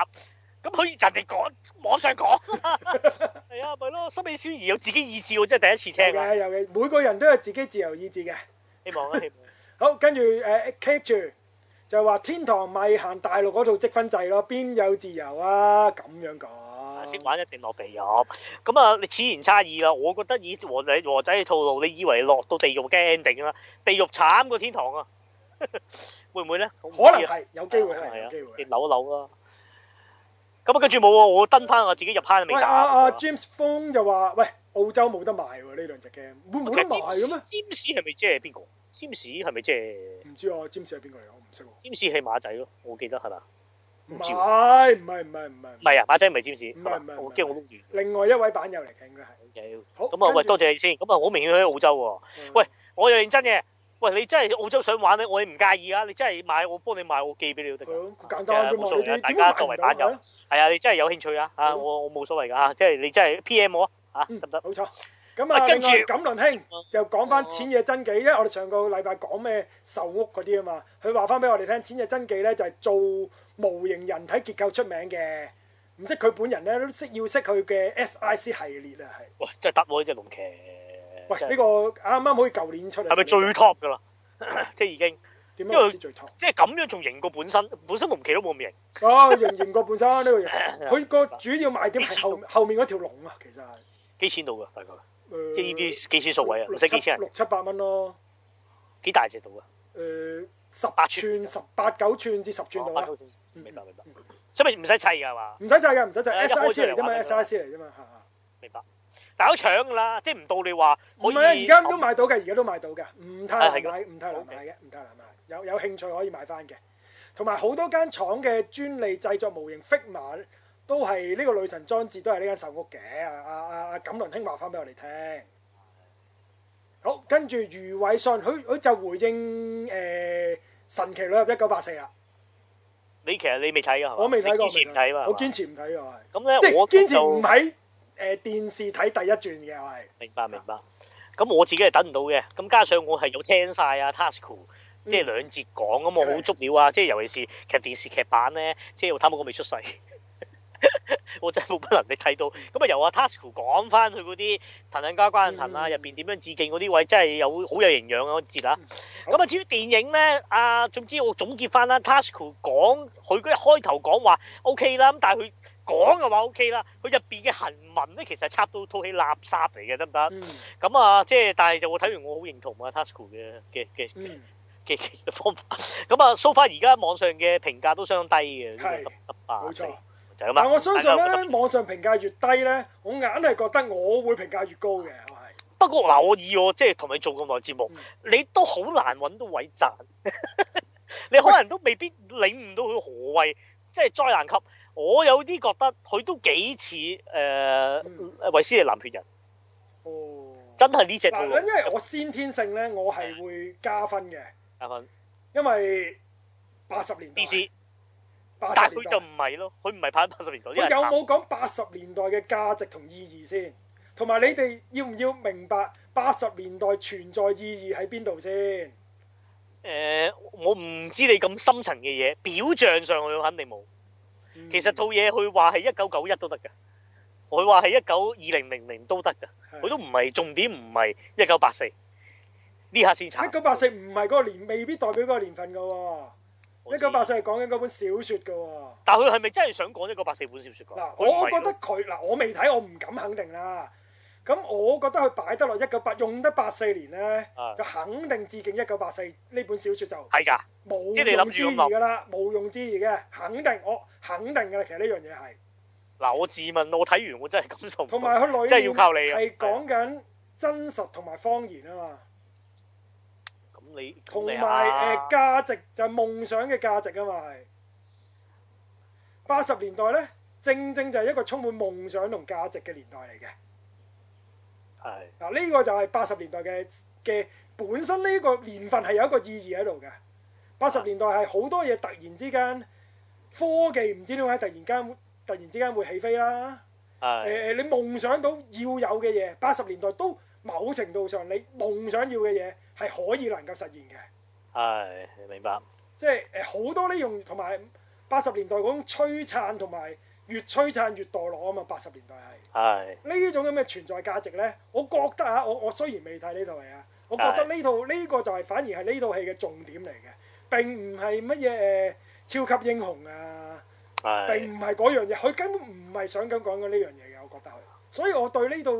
S1: 咁好似人哋講網上
S2: *laughs*
S1: 講，係啊，咪咯，森美小儀有自己意志，我真係第一次
S2: 有
S1: 聽啊，
S2: 嘅有嘅，每個人都有自己自由意志嘅。
S1: 希望啊，希望
S2: 好，跟住誒 keep 住就話天堂咪行大陸嗰套積分制咯，邊有自由啊？咁樣
S1: 啊識
S2: 講，
S1: 玩一定落地獄。咁啊，你此言差異啦，我覺得以和仔和仔嘅套路，你以為落到地獄嘅 ending 啦，地獄慘過天堂啊， *laughs* 會唔會咧？我唔知啊
S2: 可能係有機會係
S1: 係
S2: 有
S1: 啊
S2: 機會
S1: 你
S2: 係。
S1: 扭一扭啦。咁啊，跟住冇喎，我登翻我自己入坑都
S2: 喂，
S1: 未打。啊
S2: 阿阿 James 峰就話：喂，澳洲冇得賣喎呢兩隻 game，會
S1: 啊
S2: 冇得賣嘅咩？
S1: 詹姆士係咪即係邊個？詹姆士係咪即係
S2: 唔知啊，James 係邊個嚟？我唔識喎。
S1: 詹姆士係馬仔咯？我記得係嘛？
S2: 唔
S1: 知喎
S2: 係唔係唔係唔
S1: 唔
S2: 係，
S1: 係啊，馬仔唔係詹姆士，
S2: 唔係
S1: 係嘛
S2: 唔係
S1: 我
S2: 唔係
S1: 驚我都亂。
S2: 另外一位版友嚟嘅應該係。好，
S1: 咁啊，喂，
S2: 跟
S1: 多
S2: 住
S1: 謝你先。咁啊，好明顯喺澳洲喎。
S2: 嗯
S1: 喂我又認真嘅。喂，你真係澳洲想玩咧，我哋唔介意啊！你真係買，我幫你買，我寄俾你都得
S2: 係
S1: 㗎。
S2: 咯，好簡單啫
S1: 冇
S2: 嘛，
S1: 所
S2: 你
S1: 謂啊
S2: 哋
S1: 大
S2: 點
S1: 家
S2: 解
S1: 作
S2: 作
S1: 為
S2: 為
S1: 版
S2: 版
S1: 友
S2: 友？
S1: 係啊，你真係有興趣啊！啊，
S2: 好
S1: 我我冇所謂㗎啊，即係你真係 P.M. 我啊，
S2: 嗯
S1: 得唔得？
S2: 冇錯。咁
S1: 啊跟
S2: 啊，另
S1: 住
S2: 外錦麟兄就講翻《淺野真記》，因為我哋上個禮拜講咩受屋嗰啲啊嘛，佢話翻俾我哋聽，《淺野真記》咧就係做模型人體結構出名嘅，唔識佢本人咧都識要識佢嘅 SIC 系列啊，係。
S1: 喂，真係得喎，呢只龍騎。
S2: 喂，
S1: 真係
S2: 呢個啱啱好似舊年出嚟。
S1: 係咪最 top 㗎啦？ *clears throat* 即係已經，因
S2: 點
S1: 為
S2: 樣唔知最 top？
S1: 即係咁樣仲型過本身，本身龍騎都冇咁型。
S2: 哦，型型過半山呢個型，佢個主要賣點係後後面嗰條龍啊，其實係。
S1: 幾錢到㗎？大概
S2: 誒
S1: 即係呢啲幾錢數位啊？唔
S2: 嗯六
S1: 使幾錢啊？
S2: 六七百蚊咯。
S1: 幾大隻到啊？
S2: 誒呃十
S1: 八寸
S2: 寸、十八九寸至十寸
S1: 哦
S2: 到
S1: 八
S2: 啦，
S1: 九寸
S2: 嗯
S1: 明白明白。使咪唔使砌㗎係嘛？
S2: 唔使晒嘅，唔使晒
S1: 係啊一開出
S2: ，SIC
S1: 嚟
S2: 嚟啫嘛
S1: 玩就得啦
S2: ，SIC 嚟啫嘛嚇。嚇
S1: 明白。但係都搶㗎啦，即係唔到你話可
S2: 唔
S1: 以。
S2: 係啊，而家都買到嘅，而家都買到嘅，唔太
S1: 啊係
S2: 難
S1: 㗎
S2: 買，唔太難
S1: OK
S2: 買嘅，唔太難買。有有興趣可以買翻嘅，同埋好多間廠嘅專利製作模型 Figma 都係呢個女神裝置都係呢間壽屋嘅。啊啊啊啊！錦麟兄話翻俾我哋聽。好，跟住余偉信佢佢就回應誒、神奇女俠一九八四啦，
S1: 你其實你未睇㗎係嘛？
S2: 我未睇過，
S1: 你堅持唔睇嘛？係
S2: 我
S1: 嘛
S2: 堅持唔睇㗎，我係。
S1: 咁
S2: 即
S1: 咧，
S2: 係
S1: 我
S2: 堅持
S1: 就
S2: 唔喺誒電視睇第一轉嘅，我係
S1: 明白明白。咁我自己係等唔到嘅，咁加上我係有聽晒啊 Tasco，即係
S2: 嗯
S1: 兩節講咁，我好足料啊！即係尤其是其實電視劇版咧，即係我坦白講未出世， *laughs* 我真係冇乜能力睇到。咁啊由阿 Tasco 講翻佢嗰啲藤藤加關藤啊，
S2: 嗯
S1: 入邊點樣致敬嗰啲位，真係有好有營養啊！我節啊。
S2: 好
S1: 咁啊至於電影咧，啊總之我總結翻啦，Tasco 講佢嗰一開頭講話 OK 啦，咁但係佢講嘅話 OK 啦，佢入邊嘅行文咧其實係插到套戲垃圾嚟嘅，得唔得？
S2: 嗯
S1: 咁啊，即係但係就我睇完我好認同啊 Tasco 嘅嘅嘅
S2: 嗯
S1: 嘅嘅方法。咁啊，so far 而家網上嘅評價都相當低嘅，
S2: 係
S1: 啊，
S2: 冇錯。
S1: 就係咁啦。
S2: 但我相信
S1: 大家覺得
S2: 咧，網上評價越低咧，我硬係覺得我會評價越高嘅，我係
S1: 不過嗱，我以我即係同你做咁耐節目，
S2: 嗯
S1: 你都好難揾到位賺， *laughs* 你可能都未必領悟到佢何謂即係災難級。我有啲覺得佢都幾似誒
S2: 嗯
S1: 維斯利藍血人，
S2: 哦。
S1: 真係呢只套
S2: 嗱，
S1: 路。
S2: 因為我先天性咧，我係會加分嘅，
S1: 啊分
S2: 因為八十年代
S1: DC
S2: 八
S1: 但
S2: 十
S1: 係佢
S2: 年
S1: 就
S2: 代
S1: 唔。係咯，佢唔係拍八十年代啲啊
S2: 佢
S1: 人
S2: 有
S1: 拍。
S2: 冇講八十年代嘅價值同意義先？同埋你哋要唔要明白八十年代存在意義喺邊度先？
S1: 誒、我唔知你咁深層嘅嘢，表象上佢肯定冇。
S2: 嗯
S1: 其實套嘢佢話係一九九一都得㗎，佢話係一九二零零零都得㗎。
S2: 係
S1: 佢都唔係重點，唔係一九八四呢下先
S2: 一
S1: 慘。
S2: 九八四唔係嗰個年，未必代表嗰個年份噶喎。
S1: 我
S2: 一
S1: 知
S2: 九八四係講緊嗰本小説噶喎。
S1: 但佢係咪真係想講一九八四本小説㗎？
S2: 嗱，
S1: 佢唔係
S2: 我覺得
S1: 咯
S2: 佢嗱，我未睇，我唔敢肯定啦。咁我覺得佢擺得落一九八，用得八四年呢，
S1: 啊
S2: 就肯定致敬一九八四呢本小説就
S1: 係㗎，
S2: 無
S1: 即係你諗
S2: 用之
S1: 住咁
S2: 疑
S1: 諗
S2: 噶啦，無用之疑嘅，肯定我肯定噶啦。其實呢樣嘢係。
S1: 嗱我自問我睇完我真係感受唔
S2: 同
S1: 到。
S2: 埋佢裏
S1: 真係要
S2: 面
S1: 靠你啊
S2: 係講緊真實同埋方言啊嘛，
S1: 咁你
S2: 同
S1: 咁
S2: 埋
S1: 你啊
S2: 誒價值就係夢想嘅價值啊嘛係。八十年代呢，正正就係一個充滿夢想同價值嘅年代嚟嘅。
S1: 係
S2: 嗱，呢個就係八十年代嘅嘅本身呢個年份係有一個意義喺度嘅。八十年代係好多嘢突然之間，科技唔知點解突然間突然之間會起飛啦。誒、
S1: 係
S2: 你夢想到要有嘅嘢，八十年代都某程度上你夢想要嘅嘢係可以能夠實現嘅，
S1: 係明白。
S2: 即係誒好多呢樣同埋八十年代嗰種璀璨同埋越璀璨越墮落啊嘛，八十年代係
S1: 係
S2: 呢種咁嘅存在價值呢，我覺得啊，我我雖然未睇呢套戲啊，我覺得呢套呢個就係反而係呢套戲嘅重點嚟嘅，並唔係乜嘢誒超級英雄啊。
S1: 係
S2: 並唔係嗰樣嘢，佢根本唔係想咁講緊呢樣嘢嘅，我覺得佢。所以我對呢套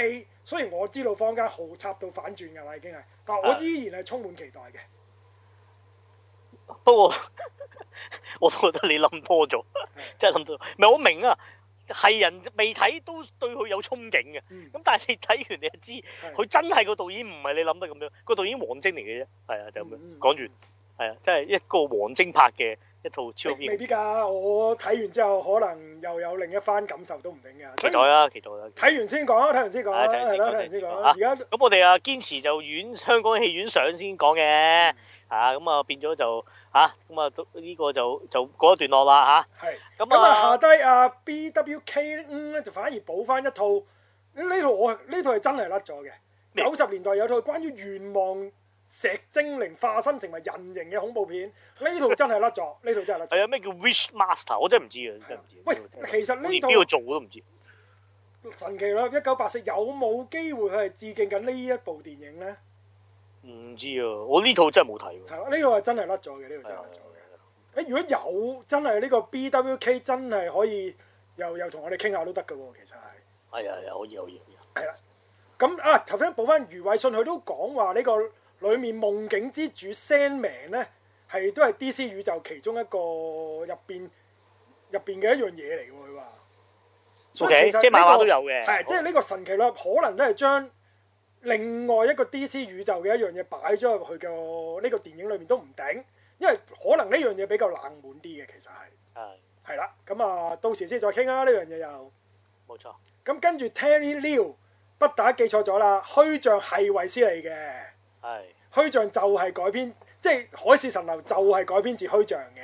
S2: 戲，雖然我知道坊間好插到反轉㗎啦，已經係，但我
S1: 係
S2: 依然係充滿期待嘅。
S1: 不過 *laughs* 我都覺得你諗多咗，真係諗多咗。唔係我明啊，係人未睇都對佢有憧憬嘅。
S2: 嗯，
S1: 咁但係你睇完你就知，
S2: 係
S1: 佢真係個導演唔係你諗得咁樣，個導演王晶嚟嘅啫。係啊，就咁樣
S2: 嗯嗯
S1: 講完。係啊，真係一個王晶拍嘅一套超級
S2: 未未
S1: 英雄，
S2: 必㗎，我睇完之後可能又有另一番感受都唔定㗎。所
S1: 期
S2: 以
S1: 待啦，期待啦。
S2: 睇完先講啦，睇完先講啦，
S1: 係睇完
S2: 係
S1: 先講睇
S2: 啦，睇
S1: 完
S2: 完
S1: 先
S2: 先
S1: 講
S2: 講
S1: 啊
S2: 啦。而家
S1: 咁我哋啊堅持就院香港戲院上先講
S2: 嗯
S1: 嘅，啊咁啊變咗就嚇咁啊都呢個就就嗰一段落啦
S2: 係。
S1: 嚇，咁
S2: 咁啊，下
S1: 啊
S2: 低啊 BWK 嗯咧就反而補翻一套呢套我呢套係真係甩咗嘅。
S1: 咩
S2: 九十年代有套關於願望石精靈化身成為人形嘅恐怖片，呢套真係
S1: *laughs*
S2: 甩咗，呢套真係甩咗。
S1: 係啊咩叫 Wish Master 我真係唔知啊，真係唔知。
S2: 喂，其實
S1: 我連
S2: 呢
S1: 邊個
S2: 套
S1: 做我都唔知。
S2: 神奇啦，一九八四有冇機會佢係致敬緊呢一部電影呢？
S1: 唔知啊，我呢套真係冇睇喎。啊
S2: 係啦，呢套係真係甩咗嘅，呢套真係甩咗嘅。誒，如果有真係呢個 BWK 真係可以又又同我哋傾下都得嘅喎，其實係。
S1: 係啊係啊，可以可以可以。
S2: 咁啊，頭先補翻余偉信，佢都講話呢個裏面夢境之主 Sandman 咧，係都係 DC 宇宙其中一個入邊入邊嘅一樣嘢嚟喎。佢話，所以
S1: OK，
S2: 其實
S1: 即係漫
S2: 呢個
S1: 畫都有嘅
S2: 係即係呢個神奇律可能都係將另外一個 DC 宇宙嘅一樣嘢擺咗入去嘅呢個電影裏面都唔頂，因為可能呢樣嘢比較冷門啲嘅，其實係
S1: 係
S2: 係啦。咁啊，到時先再傾啊，呢樣嘢又。
S1: 冇錯。
S2: 咁跟住 Terry Liu 不打記錯咗啦，虛像係衛斯理嘅，
S1: 係
S2: 虛像就係改編，即係《海市蜃樓》就係改編自虛像嘅。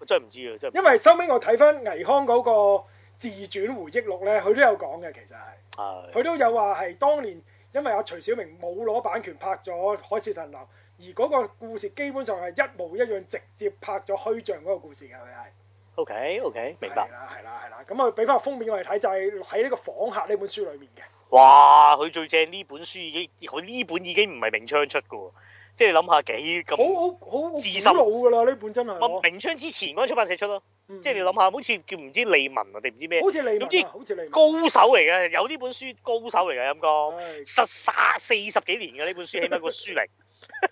S1: 我真係唔知啊，真係唔知。
S2: 因為收尾我睇翻倪匡嗰個自傳回憶錄咧，佢都有講嘅，其實係
S1: 係
S2: 佢都有話係當年因為阿徐小明冇攞版權拍咗《海市蜃樓》，而嗰個故事基本上係一模一樣，直接拍咗虛像嗰個故事嘅，佢係。
S1: OK OK，明白
S2: 係。啊啦，係啦，係啦。咁啊，俾翻封面我哋睇，就係喺呢個《訪客》呢本書裏面嘅。
S1: 哇！佢最正呢本書已經，佢呢本已經唔係明槍出嘅喎，即係你諗下幾
S2: 好
S1: 咁。
S2: 啊好好好
S1: 自信
S2: 古老㗎啦！呢本真係
S1: 我
S2: 我，
S1: 明槍之前嗰間出版社出咯，
S2: 嗯
S1: 即係你諗下，好似叫唔知利文啊定唔知咩
S2: 好似你
S1: 總之
S2: 文啊，好似你文，
S1: 高手嚟嘅，有呢本書高手嚟嘅陰公，
S2: 係
S1: 實殺四十幾年嘅呢本書，起碼個書齡。 *laughs*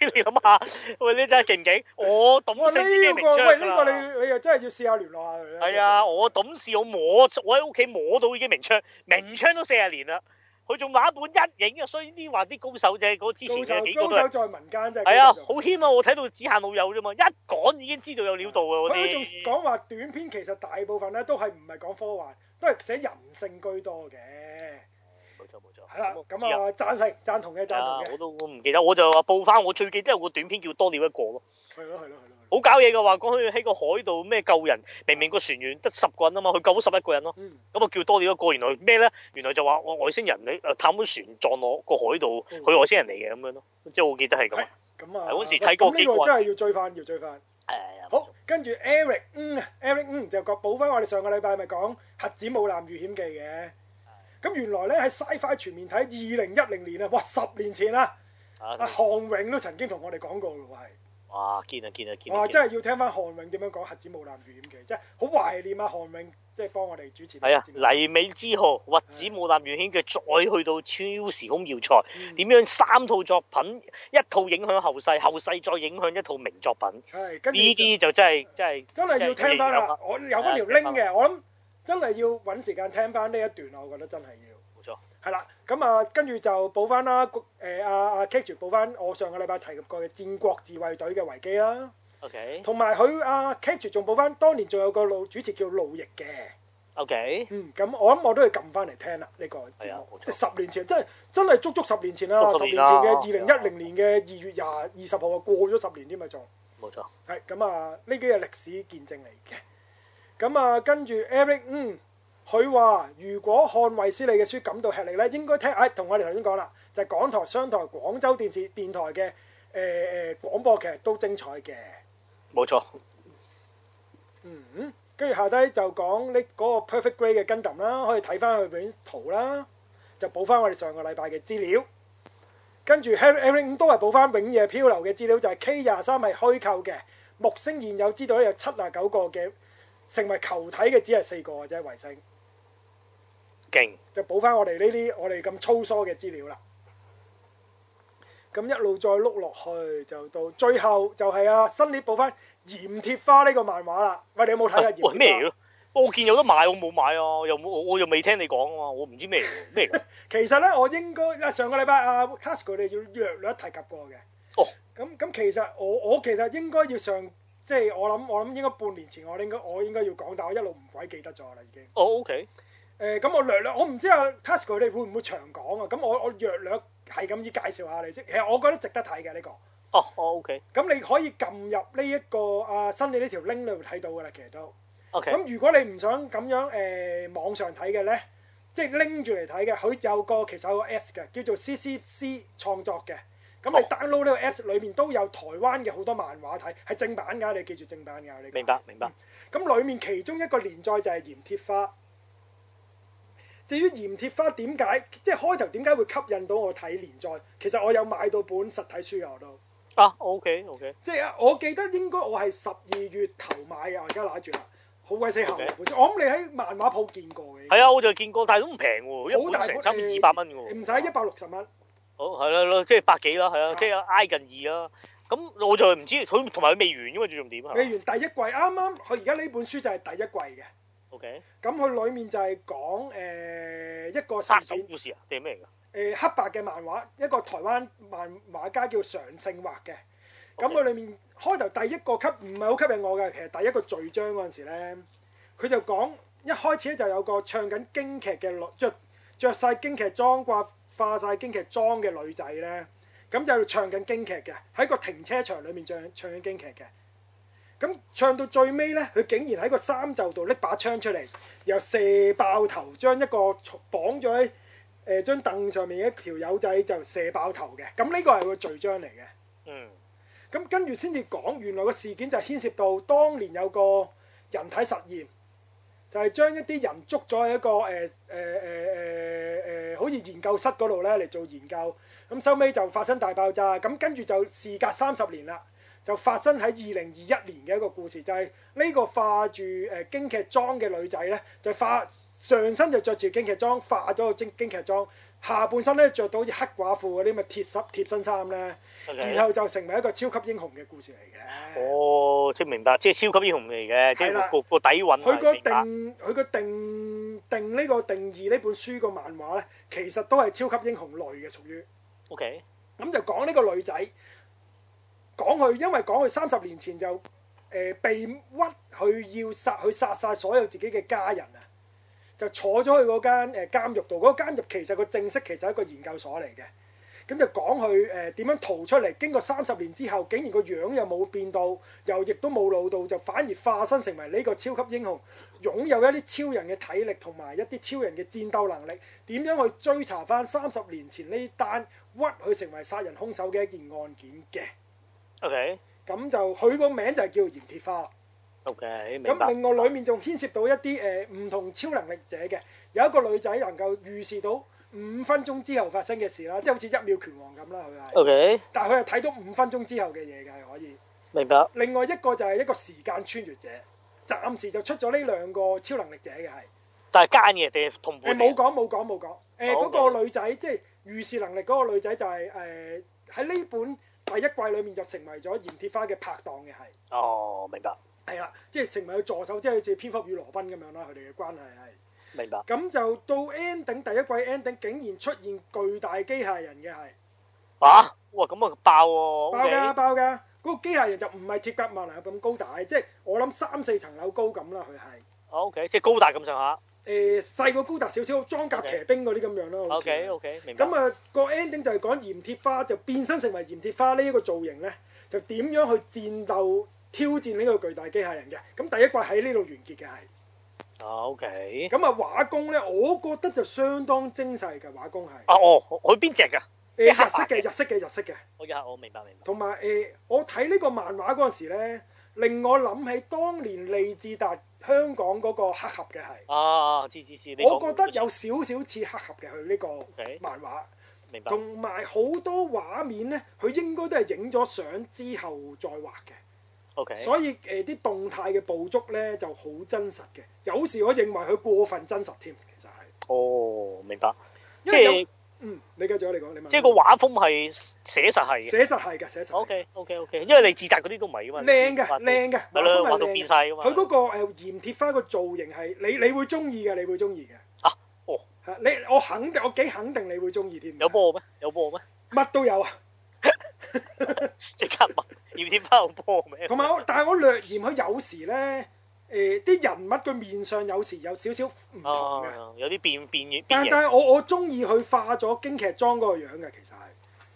S1: 你諗下，喂，你真係勁唔勁？我董
S2: 哇！
S1: 性
S2: 呢
S1: 已經明
S2: 個喂
S1: 槍
S2: 呢個
S1: 啦。
S2: 你你又真係要試下聯絡下佢啦。
S1: 啊係啊，我董事我摸，我喺屋企摸到已經明槍，明槍都四十年啦。佢仲畫一本一影啊，所以呢話啲高手啫，嗰之
S2: 真
S1: 前
S2: 係
S1: 嘅幾
S2: 高
S1: 個都
S2: 手高
S1: 係
S2: 手。在民間真係
S1: 係啊，
S2: 高手
S1: 好謙啊！我睇到只限老友啫嘛，一講已經知道有料到啊！我
S2: 佢仲
S1: 哋
S2: 講話短篇其實大部分咧都係唔係講科幻，都係寫人性居多嘅。
S1: 冇錯冇錯，
S2: 係啦，
S1: 知
S2: 咁啊贊成贊同嘅贊
S1: 啊
S2: 同嘅，
S1: 我都我唔記得，我就話報翻我最記得有個短片叫多了一個咯，
S2: 係咯係咯係咯。
S1: 好搞嘢嘅話，講佢喺個海度咩救人，明明個船員得十個人啊嘛，佢救咗十一個人咯。
S2: 嗯，
S1: 咁啊叫多你一個，原來咩咧？原來就話我外星人你呃探本船撞落個海度，
S2: 嗯
S1: 佢外星人嚟嘅咁樣咯。即係我記得係咁。誒
S2: 係咁啊，
S1: 嗰時
S2: 喂
S1: 睇過
S2: 咁
S1: 幾
S2: 呢個
S1: 過
S2: 真係要追翻，要追翻。好，跟住 Eric，嗯，Eric，嗯就講補翻我哋上個禮拜咪講核子母艦遇險記嘅。咁原來咧喺 Sci-Fi 全面睇二零一零年啊，哇十年前啦，
S1: 啊
S2: 阿項永都曾經同我哋講過嘅喎係，
S1: 哇！見啊見啊見啊！
S2: 哇
S1: 見啊
S2: 真係要聽翻項永點樣講核子母艦遇險記，真係好懷念啊項永，即係幫我哋主持呢個
S1: 係啊！
S2: 節目。
S1: 黎美之河、核子母艦原顯嘅，再去到超時空要塞，
S2: 嗯
S1: 點樣三套作品，一套影響後世，後世再影響一套名作品。
S2: 係跟住
S1: 呢啲就真係真係
S2: 真係要聽翻
S1: 真係要
S2: 啦，我有嗰條
S1: 係啊聽
S2: link 嘅，我諗真係要揾時間聽翻呢一段啊，我覺得真係要。
S1: 冇錯。
S2: 係啦，咁啊，跟住就補翻啦，誒阿阿 K 住補翻我上個禮拜提及過嘅戰國自衛隊嘅維基啦，
S1: OK
S2: 同埋佢阿 K 住仲補翻當年仲有個老主持叫路易嘅，
S1: OK，
S2: 嗯，咁我諗我都要撳翻嚟聽啦呢個節
S1: 係啊
S2: 目
S1: 冇，錯
S2: 即係十年前，真係真係足足十年前啦，
S1: 足
S2: 十
S1: 十
S2: 年
S1: 年
S2: 前
S1: 啦啊
S2: 嘅二零一零年嘅二月廿二十號啊，過咗十年添啊仲。
S1: 冇錯。
S2: 係咁啊，呢幾日歷史見證嚟嘅。咁啊，跟住 Eric 嗯，佢話如果看衛斯理嘅書感到吃力咧，應該聽唉，同我哋頭先講啦，就係、港台、商台、廣州電視電台嘅誒誒廣播劇都精彩嘅。
S1: 冇錯，
S2: 嗯，嗯跟住下低就講呢嗰個 Perfect Grey 嘅 Gundam 啦，可以睇翻佢本圖啦，就補翻我哋上個禮拜嘅資料。跟住 Harry Eric 咁都係補翻《永夜漂流》嘅資料，就係、K 廿三係虛構嘅。木星現有知道咧有七啊九個嘅成為球體嘅，只係四個嘅啫，衛星
S1: 勁
S2: 就補翻我哋呢啲我哋咁粗疏嘅資料啦。咁一路再碌落去，就到最後就係啊新列補翻《鹽鐵花》呢個漫畫啦。喂，你有冇睇啊？鹽鐵
S1: *laughs* 哦
S2: 花
S1: 喂咩嚟咯？我見有得買，我冇買啊！又冇我我又未聽你講啊嘛，我唔知咩嚟喎
S2: *laughs*
S1: 咩嚟㗎。
S2: 其實咧，我應該啊上個禮拜啊 Casco 你要略略提及過嘅。
S1: 哦。
S2: 咁咁其實我我其實應該要上，即係我諗我諗應該半年前我應該我應該要講，但我一路唔鬼記得咗啦已經。
S1: 哦，OK，
S2: 誒咁我略略，我唔知啊 Tasco 你會唔會長講啊？咁我我略略係咁意介紹下你先。其實我覺得值得睇嘅呢個。
S1: 哦哦，OK
S2: 咁你可以撳入呢一個啊新你呢條 link 你會睇到㗎啦，其實都。
S1: OK，
S2: 咁如果你唔想咁樣誒、呃、網上睇嘅咧，即係拎住嚟睇嘅，佢有個其實有個 Apps 嘅，叫做 CCC 創作嘅。咁你
S1: 哦
S2: download 呢個 Apps 裏面都有台灣嘅好多漫畫睇，係正版㗎，你記住正版㗎。你
S1: 明白明白。
S2: 咁裏面其中一個連載就係鹽鐵花。至於鹽鐵花點解，即係開頭點解會吸引到我睇連載？其實我有買到本實體書嘅我都。
S1: 啊，OK OK，
S2: 即係啊我記得應該我係十二月頭買嘅，我而家揦住啦，好鬼死厚嘅
S1: OK
S2: 本書。我諗你喺漫畫鋪見過嘅。
S1: 係啊，我就見過，但係都唔平喎，
S2: 好
S1: 一
S2: 大
S1: 本
S2: 本
S1: 成差唔多二百蚊嘅
S2: 唔
S1: 喎。
S2: 使一百六十蚊。
S1: 好係啦係啦，即係百幾啦，係
S2: 啊
S1: 啊，即係挨近二啦。咁我就唔知佢同埋佢未完因嘛，最重點啊
S2: 美
S1: 係嘛
S2: 元第一季啱啱佢而家呢本書就係第一季嘅，
S1: OK，
S2: 咁佢裡面就係講誒一個
S1: 殺
S2: 事
S1: 手
S2: 件
S1: 故事啊定係咩嚟㗎？
S2: 誒、呃黑白嘅漫畫，一個台灣漫畫家叫常勝畫嘅。咁
S1: OK
S2: 佢裏面開頭第一個吸唔係好吸引我嘅，其實第一個序章嗰陣時咧，佢就講一開始咧就有個唱緊京劇嘅女，着著曬京劇裝、掛化晒京劇裝嘅女仔咧，咁就唱緊京劇嘅，喺個停車場裏面唱唱緊京劇嘅。咁唱到最尾咧，佢竟然喺個衫袖度拎把槍出嚟，又射爆頭，將一個綁咗喺誒呃張凳上面一條友仔就射爆頭嘅。咁呢個係個序章嚟嘅。
S1: 嗯，
S2: 咁跟住先至講，原來個事件就牽涉到當年有個人體實驗，就係、將一啲人捉咗喺一個呃誒誒誒誒誒，呃好似研究室嗰度咧嚟做研究。咁收尾就發生大爆炸，咁跟住就事隔三十年啦，就發生喺二零二一年嘅一個故事，就係、呢個化住誒京劇裝嘅女仔咧，就化上身就着住京劇裝，化咗個京京劇裝，下半身咧着到好似黑寡婦嗰啲咁嘅貼身貼身衫咧。然後就成為一個超級英雄嘅故事嚟嘅。
S1: 哦，即係明白，即係超級英雄嚟嘅，即
S2: 係啦
S1: 係個個底韻
S2: 佢
S1: 係
S2: 個
S1: 明白。
S2: 定佢個定定呢個定義呢本書個漫畫呢，其實都係超級英雄類嘅，屬於
S1: OK，
S2: 咁就講呢個女仔，講佢因為講佢三十年前就誒、呃被屈佢要殺佢殺晒所有自己嘅家人啊，呃就坐咗去嗰間誒監獄度。嗰、個監獄其實個正式其實係一個研究所嚟嘅。咁就講佢誒點樣逃出嚟，經過三十年之後，竟然個樣又冇變到，又亦都冇老到，就反而化身成為呢個超級英雄，擁有一啲超人嘅體力同埋一啲超人嘅戰鬥能力，點樣去追查翻三十年前呢單屈佢成為殺人兇手嘅一件案件嘅。
S1: OK
S2: 咁就佢個名就係叫鹽鐵花啦。
S1: OK，明
S2: 咁
S1: 白。
S2: 另外裡面仲牽涉到一啲誒唔同超能力者嘅，有一個女仔能夠預示到五分鐘之後發生嘅事啦，即係好似一秒拳王咁啦，佢係，
S1: OK，
S2: 但係佢係睇到五分鐘之後嘅嘢嘅係可以。
S1: 明白。
S2: 另外一個就係一個時間穿越者，暫時就出咗呢兩個超能力者嘅係。
S1: 但係奸嘅定係同
S2: 誒
S1: 伴嚟？
S2: 冇講冇講冇講，誒
S1: 好
S2: 嗰個女仔即係預視能力嗰個女仔就係誒喺呢本第一季裡面就成為咗鹽鐵花嘅拍檔嘅係。
S1: 哦，明白，
S2: 係啦，即係成為佢助手，即係好似蝙蝠與羅賓咁樣啦，佢哋嘅關係係。
S1: 明白。
S2: 咁就到 ending 第一季 ending 竟然出現巨大機械人嘅係，
S1: 啊，哇，咁啊爆喎
S2: 爆㗎
S1: ，OK，
S2: 爆㗎！嗰、個機械人就唔係鐵甲萬能俠咁高大，即係我諗三四層樓高咁啦，佢係。
S1: OK，即係高達咁上下
S2: 誒細個高達少少，裝甲騎兵嗰啲咁樣啦。好似係
S1: ，OK，OK，明白
S2: 咁。啊，個 ending 就係講鹽鐵花就變身成為鹽鐵花呢一個造型呢，就點樣去戰鬥挑戰呢個巨大機械人嘅。咁第一季喺呢度完結嘅係。
S1: 啊，OK。
S2: 咁啊畫工咧，我覺得就相當精細嘅畫工係。
S1: 啊，哦，佢邊只㗎？
S2: 誒、
S1: 黑白
S2: 日式嘅日式嘅日式嘅，
S1: 我一下我明白明白。
S2: 同埋誒我睇呢個漫畫嗰陣時咧，令我諗起當年利志達香港嗰個黑盒嘅係，
S1: 啊，知知知，你
S2: 我
S1: 講
S2: 覺得有少少似黑盒嘅佢呢個
S1: OK
S2: 漫畫，
S1: 明白。
S2: 同埋好多畫面咧，佢應該都係影咗相之後再畫嘅。
S1: OK，
S2: 所以誒啲、動態嘅捕捉咧就好真實嘅，有時我認為佢過分真實添，其實係，
S1: 哦，明白。即
S2: 因為有
S1: 係
S2: 嗯，你繼續啊，你講，你問我。
S1: 即係個畫風係寫實係嘅。
S2: 寫實係嘅，寫實係。
S1: OK OK OK，因為你自達嗰啲都唔係噶嘛。
S2: 靚
S1: 畫
S2: 嘅，
S1: 到
S2: 靚嘅，
S1: 咪啦，
S2: 畫
S1: 畫
S2: 到
S1: 到
S2: 係
S1: 變
S2: 靚嘅。
S1: 晒噶嘛。
S2: 佢嗰個誒鹽鐵花個造型係你，你會中意嘅，你會中意嘅。
S1: 啊哦
S2: 係，你我肯定，我幾肯定你會中意添。
S1: 有波咩？有波咩？ *laughs*
S2: 乜都有啊，
S1: 即刻問要點翻有波咩？
S2: 同埋我，但係我略嫌佢有時咧，誒啲人物佢面上有時有少少唔同嘅。
S1: 啊，有啲變變變
S2: 但
S1: 形。
S2: 但係我我中意佢化咗京劇裝嗰個樣嘅，其實係，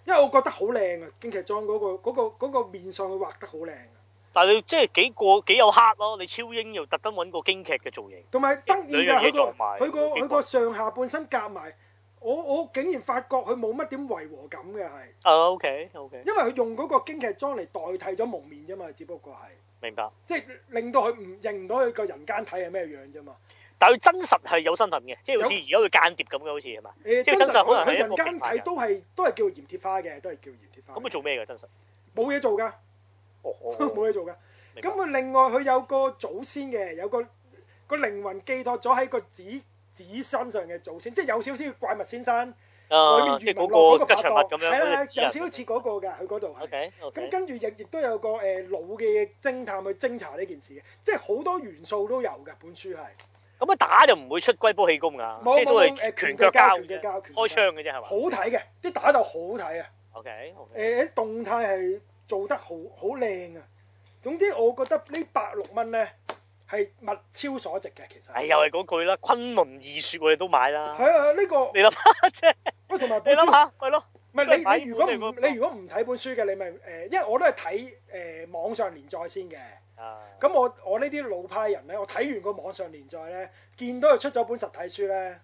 S2: 因為我覺得好靚啊！京劇裝嗰、個嗰、個嗰個面上佢畫得好靚啊，
S1: 但係你即係幾個幾有黑咯，你超英又特登揾個京劇嘅造型。
S2: 同埋得意
S1: 兩樣嘢
S2: 㗎，佢個
S1: 撞埋
S2: 佢個
S1: 幾怪
S2: 佢個上下半身夾埋，我我竟然發覺佢冇乜點違和感嘅係，
S1: 啊 OK OK，
S2: 因為佢用嗰個京劇裝嚟代替咗蒙面啫嘛，只不過係
S1: 明白。
S2: 即係令到佢唔認唔到佢個人間體係咩樣啫嘛。
S1: 但係佢真實係有身份嘅，即係好似而家佢間諜咁嘅，好似係嘛？
S2: 誒、
S1: 即係
S2: 真
S1: 真
S2: 實
S1: 實可
S2: 佢
S1: 能係一
S2: 人
S1: 個
S2: 間
S1: 平凡
S2: 體
S1: 人
S2: 都係都係叫鹽鐵花嘅，都係叫鹽鐵花
S1: 咁
S2: 嘅。
S1: 佢做咩嘅真實？
S2: 冇嘢做㗎， *laughs*
S1: 哦，哦
S2: 冇嘢做㗎。
S1: 明白
S2: 咁佢另外佢有個祖先嘅，有個個靈魂寄託咗喺個子子身上嘅祖先，即係有少少怪物先生裏
S1: 啊，
S2: 面
S1: 即係
S2: 余文
S1: 嗰
S2: 樂嗰
S1: 個吉
S2: 個拍
S1: 祥物
S2: 檔，
S1: 咁樣，
S2: 係啊啦，有
S1: 好似
S2: 少
S1: 紙
S2: 少
S1: 人
S2: 似嗰個㗎，佢嗰度係。
S1: OK
S2: 咁
S1: OK，
S2: 跟住亦亦都有個誒老嘅偵探去偵查呢件事嘅，即係好多元素都有㗎。本書係
S1: 咁啊打就唔會出龜波氣功㗎，
S2: 冇
S1: 啊即係都
S2: 冇冇
S1: 係
S2: 誒
S1: 拳
S2: 拳
S1: 腳
S2: 腳
S1: 交
S2: 交
S1: 嘅啫
S2: 拳腳交拳腳交
S1: 開槍嘅啫係嘛
S2: 好睇嘅，啲打鬥好睇啊！
S1: ？OK OK，
S2: 誒啲動態係做得好好靚啊！總之我覺得呢百六蚊咧係物超所值嘅，其實。
S1: 唉哎又係嗰句啦，昆崙二雪我哋都買啦，
S2: 係啊！呢個
S1: 你諗下即係
S2: *laughs* 喂，同埋
S1: 你
S2: 本書
S1: 諗下，咪咯，
S2: 唔係你你如果
S1: 都係睇本
S2: 唔
S1: 地嗰個
S2: 你如果唔睇本書嘅，你咪誒、呃因為我都係睇誒網上連載先嘅。
S1: 啊
S2: 咁我我呢啲老派人咧，我睇完個網上連載咧，見到佢出咗本實體書咧，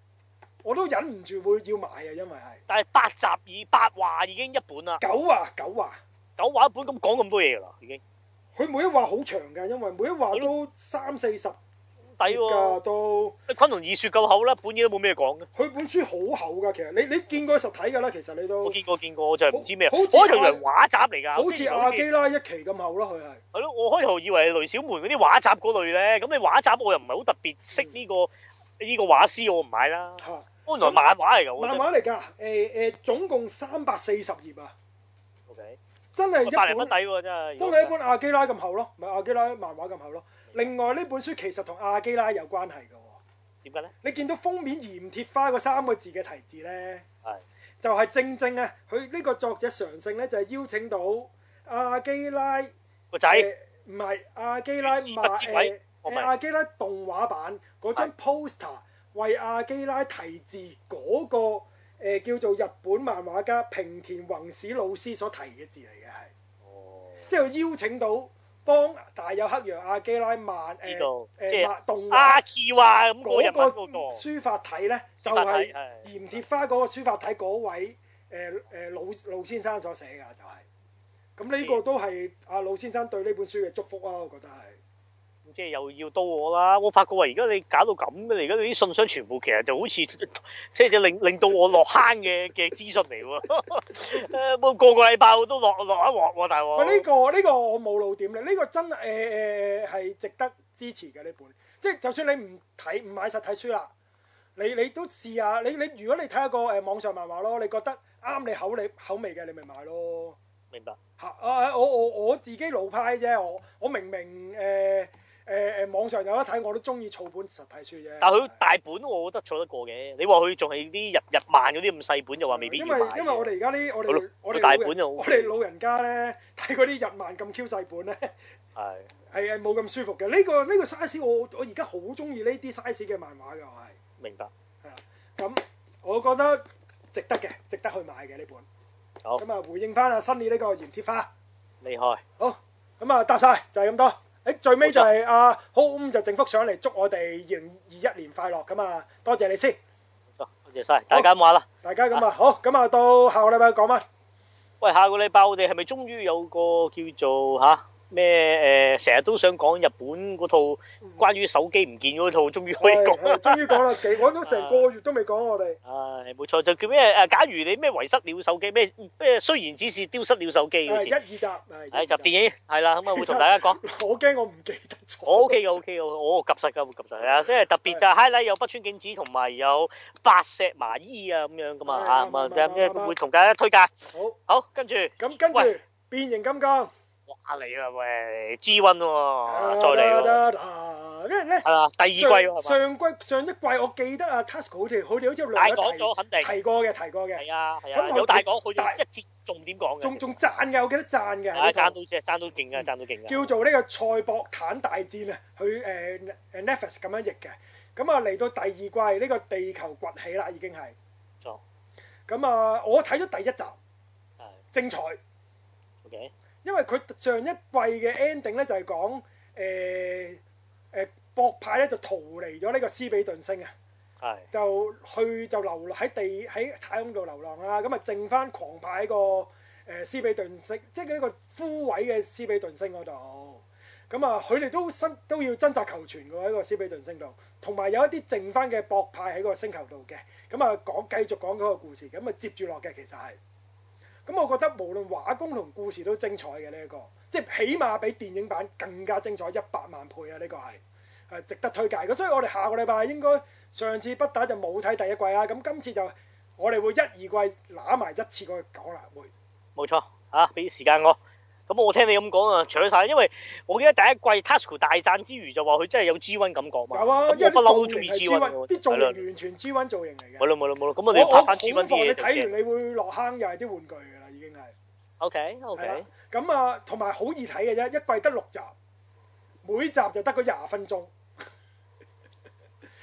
S2: 我都忍唔住會要買啊，因為係
S1: 但係八集以八話已經一本啦，
S2: 九話九話，
S1: 九話一本咁講咁多嘢㗎啦，已經
S2: 佢每一話好長㗎，因為每一話都三四十頁
S1: 抵
S2: 㗎
S1: 喎。
S2: 都。
S1: 昆崙二雪夠厚啦，本嘢都冇咩講嘅。
S2: 佢本書好厚㗎，其實你你見過實體㗎啦，其實你都
S1: 我見過見過，我就係唔知咩。
S2: 好
S1: 我
S2: 好
S1: 開
S2: 似
S1: 頭以為畫集嚟㗎，
S2: 好
S1: 即
S2: 似
S1: 係
S2: 阿基拉一期咁厚咯，佢係。
S1: 係咯，我開頭以為係雷小梅嗰啲畫集嗰類咧，咁你畫集我又唔係好特別識呢、個呢、個畫師，我唔買啦。哦
S2: 嚇
S1: 原來漫畫嚟㗎，我
S2: 漫
S1: 真啊係。
S2: 畫嚟㗎，誒、誒、總共三百四十頁啊，
S1: O K，
S2: 真係
S1: 百零
S2: 一
S1: 蚊
S2: 本
S1: 底喎，真係。
S2: 真係一本阿基拉咁厚咯，唔係阿基拉漫畫咁厚咯。另外呢本書其實同阿基拉有關係嘅喎，
S1: 點解咧？
S2: 你見到封面鹽鐵花嗰三個字嘅題字呢，
S1: 係
S2: 就係正正啊，佢呢個作者常勝呢，就係邀請到阿基拉
S1: 個仔
S2: 誒唔係阿基拉
S1: 原子不
S2: 漫
S1: 知鬼
S2: 誒
S1: 我
S2: 誒
S1: 明
S2: 阿基拉動畫版嗰張 poster 為阿基拉題字嗰個誒叫做日本漫畫家平田宏史老師所提嘅字嚟嘅係。
S1: 哦，
S2: 即係邀請到幫大有黑羊阿基拉漫
S1: 知
S2: 誒
S1: 道即
S2: 誒
S1: 係啊
S2: 漫動
S1: 阿
S2: 畫
S1: 基話咁個
S2: 嗰
S1: 日
S2: 個
S1: 文嗰個，
S2: 書法體咧，就
S1: 書法體
S2: 係
S1: 係
S2: 鹽鐵花嗰個書法體嗰位誒誒老老先生所寫㗎，就係咁呢個都係阿老先生對呢本書嘅祝福啊，我覺得係
S1: 即係又要刀我啦。我發覺喂，而家你搞到咁嘅，而家你啲信箱全部其實就好似 *laughs* 即係令令到我落坑嘅嘅資訊嚟喎。 *laughs* 誒，冇個個禮拜我都落落一鑊喎，大鑊。
S2: 喂呢個呢個我冇露點咧，呢個真誒誒誒係值得支持嘅呢本，即係就算你唔睇唔買實體書啦。你你都試下，你你如果你睇一個誒網上漫畫咯，你覺得啱你口你口味嘅，你咪買咯。
S1: 明白。
S2: 嚇！啊！我我我自己老派啫，我我明明誒誒誒網上有得睇，我都中意儲本實體書啫。
S1: 但係佢大本，我覺得做得過嘅。你話佢仲係啲日日漫嗰啲咁細本，就話未必要
S2: 因
S1: 買
S2: 為
S1: 嘅。
S2: 因為我哋而家啲我
S1: 佢老
S2: 哋我哋
S1: 佢大
S2: 老人
S1: 本就
S2: 我哋老人家咧睇嗰啲日漫咁 Q 細本咧，
S1: 係
S2: *laughs* 係係冇咁舒服嘅。呢個呢個 size 我我而家好中意呢啲 size 嘅漫畫嘅，我
S1: 明白。
S2: 係係啦。咁我覺得值得嘅，值得去買嘅呢本。
S1: 好
S2: 咁啊，回應翻阿新李呢個鹽鐵花。
S1: 厲害。
S2: 好，咁啊答晒就係咁多。誒最尾就係阿好咁就整幅相嚟祝我哋二零二一年快樂咁啊！多謝你先，
S1: 多謝晒大家咁話啦。
S2: 大家咁啊好，咁啊到下個禮拜講翻。
S1: 喂，下個禮拜我哋係咪終於有個叫做吓咩誒？成、日都想講日本嗰套關於手機唔見嗰套，終於可以講
S2: 係係
S1: 啦。
S2: 終於講啦，
S1: *laughs*
S2: 幾我都成個月都未講我哋。
S1: 唉，冇錯，就叫咩誒？假如你咩遺失了手機，咩咩雖然只是丟失了手機嗰
S2: 誒一
S1: 次，
S2: 二集，係
S1: 係集電影係啦，咁啊會同大家講。
S2: 我驚我唔記得咗。
S1: 我 OK 嘅，OK 嘅，我及實㗎，會及實啊！即係特別就係 highlight 有北川景子同埋有白石麻衣啊咁樣噶嘛
S2: 係
S1: 嚇，
S2: 啱
S1: 咁啊
S2: 啱啱
S1: 咁
S2: 啱
S1: 啊會同大家推介。
S2: 好，
S1: 好，跟住
S2: 咁跟住
S1: 喂
S2: 變形金剛，
S1: 哇嚟啦喂，G One 喎，再嚟喎，
S2: 啦啦，因為咧
S1: 係啦，第二季喎
S2: 上
S1: 係嘛？
S2: 上季上一季我記得啊 Tasco 好似好似好似有
S1: 大
S2: 兩
S1: 講咗肯定
S2: 提過嘅提過嘅。
S1: 係啊係
S2: 咁
S1: 啊，
S2: 我
S1: 有大講，佢
S2: 大
S1: 一節重點講
S2: 仲
S1: 嘅，
S2: 仲讚嘅，我記得讚嘅。
S1: 係
S2: 呢
S1: 爭
S2: 套
S1: 到啫，爭到勁嘅，爭到勁嘅，
S2: 叫做呢個賽博坦大戰啊，佢誒誒 Netflix 咁樣譯嘅。咁啊嚟到第二季呢個地球崛起啦，已經係。
S1: 唔錯，
S2: 咁啊，我睇咗第一集，
S1: 係
S2: 精彩，
S1: OK，
S2: 因為佢上一季嘅 ending 咧就係講誒誒博派咧就逃離咗呢個斯比頓星啊。
S1: 係
S2: 就去就流落喺地喺太空度流浪啦，咁啊剩翻狂派喺個誒、呃斯比頓星，即係呢個枯萎嘅斯比頓星嗰度。咁啊，佢哋都身都要掙扎求存嘅喎喺個斯比頓星度，同埋有一啲剩翻嘅博派喺個星球度嘅。咁啊，講繼續講嗰個故事，咁啊接住落嘅其實係。咁我覺得無論畫工同故事都精彩嘅呢一個，即係起碼比電影版更加精彩一百萬倍啊！呢個係係值得推介嘅，所以我哋下個禮拜應該上次不打就冇睇第一季啦，咁今次就我哋會一二季揦埋一次過去講啦，會
S1: 冇錯嚇，俾時間我。咁我聽你咁講啊，搶晒，因為我記得第一季 Tasco 大讚之餘，就話佢真係有 G One 感覺嘛。
S2: 有啊，因
S1: 咁
S2: 為
S1: 我不嬲都
S2: 啲造
S1: 中
S2: 型
S1: 意
S2: 係
S1: G
S2: G
S1: One 嘅喎。
S2: 1啲造
S1: 係啦
S2: 型完全 G 1造型嚟
S1: 冇
S2: 嘅。
S1: 啦冇啦冇啦，咁
S2: 我
S1: 我哋
S2: 我
S1: 要拍
S2: 恐
S1: 翻 G One
S2: 慌
S1: 啲
S2: 你
S1: 嘢
S2: 睇
S1: 就
S2: 完你會落坑又係啲玩具㗎啦，已經係
S1: OK
S2: 係啦
S1: OK，。
S2: 咁啊，同埋好易睇嘅啫，一季得六集，每集就得個廿
S1: *laughs*
S2: 分鐘，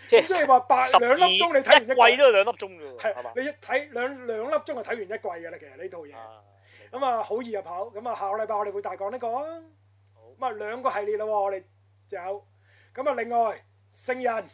S1: 即
S2: 即
S1: 係
S2: 係話八
S1: 十
S2: 兩粒鐘你睇
S1: 二
S2: 完
S1: 一季
S2: 一季，
S1: 都有兩粒鐘嘅喎，係嘛
S2: 係？你一睇兩兩粒鐘就睇完一季㗎啦，其實呢套嘢。
S1: 啊
S2: 咁啊，好易入口。咁啊，下個禮拜我哋會大講呢個啊。
S1: 好
S2: 咁啊，兩個系列啦喎，我哋就有。咁啊，另外聖人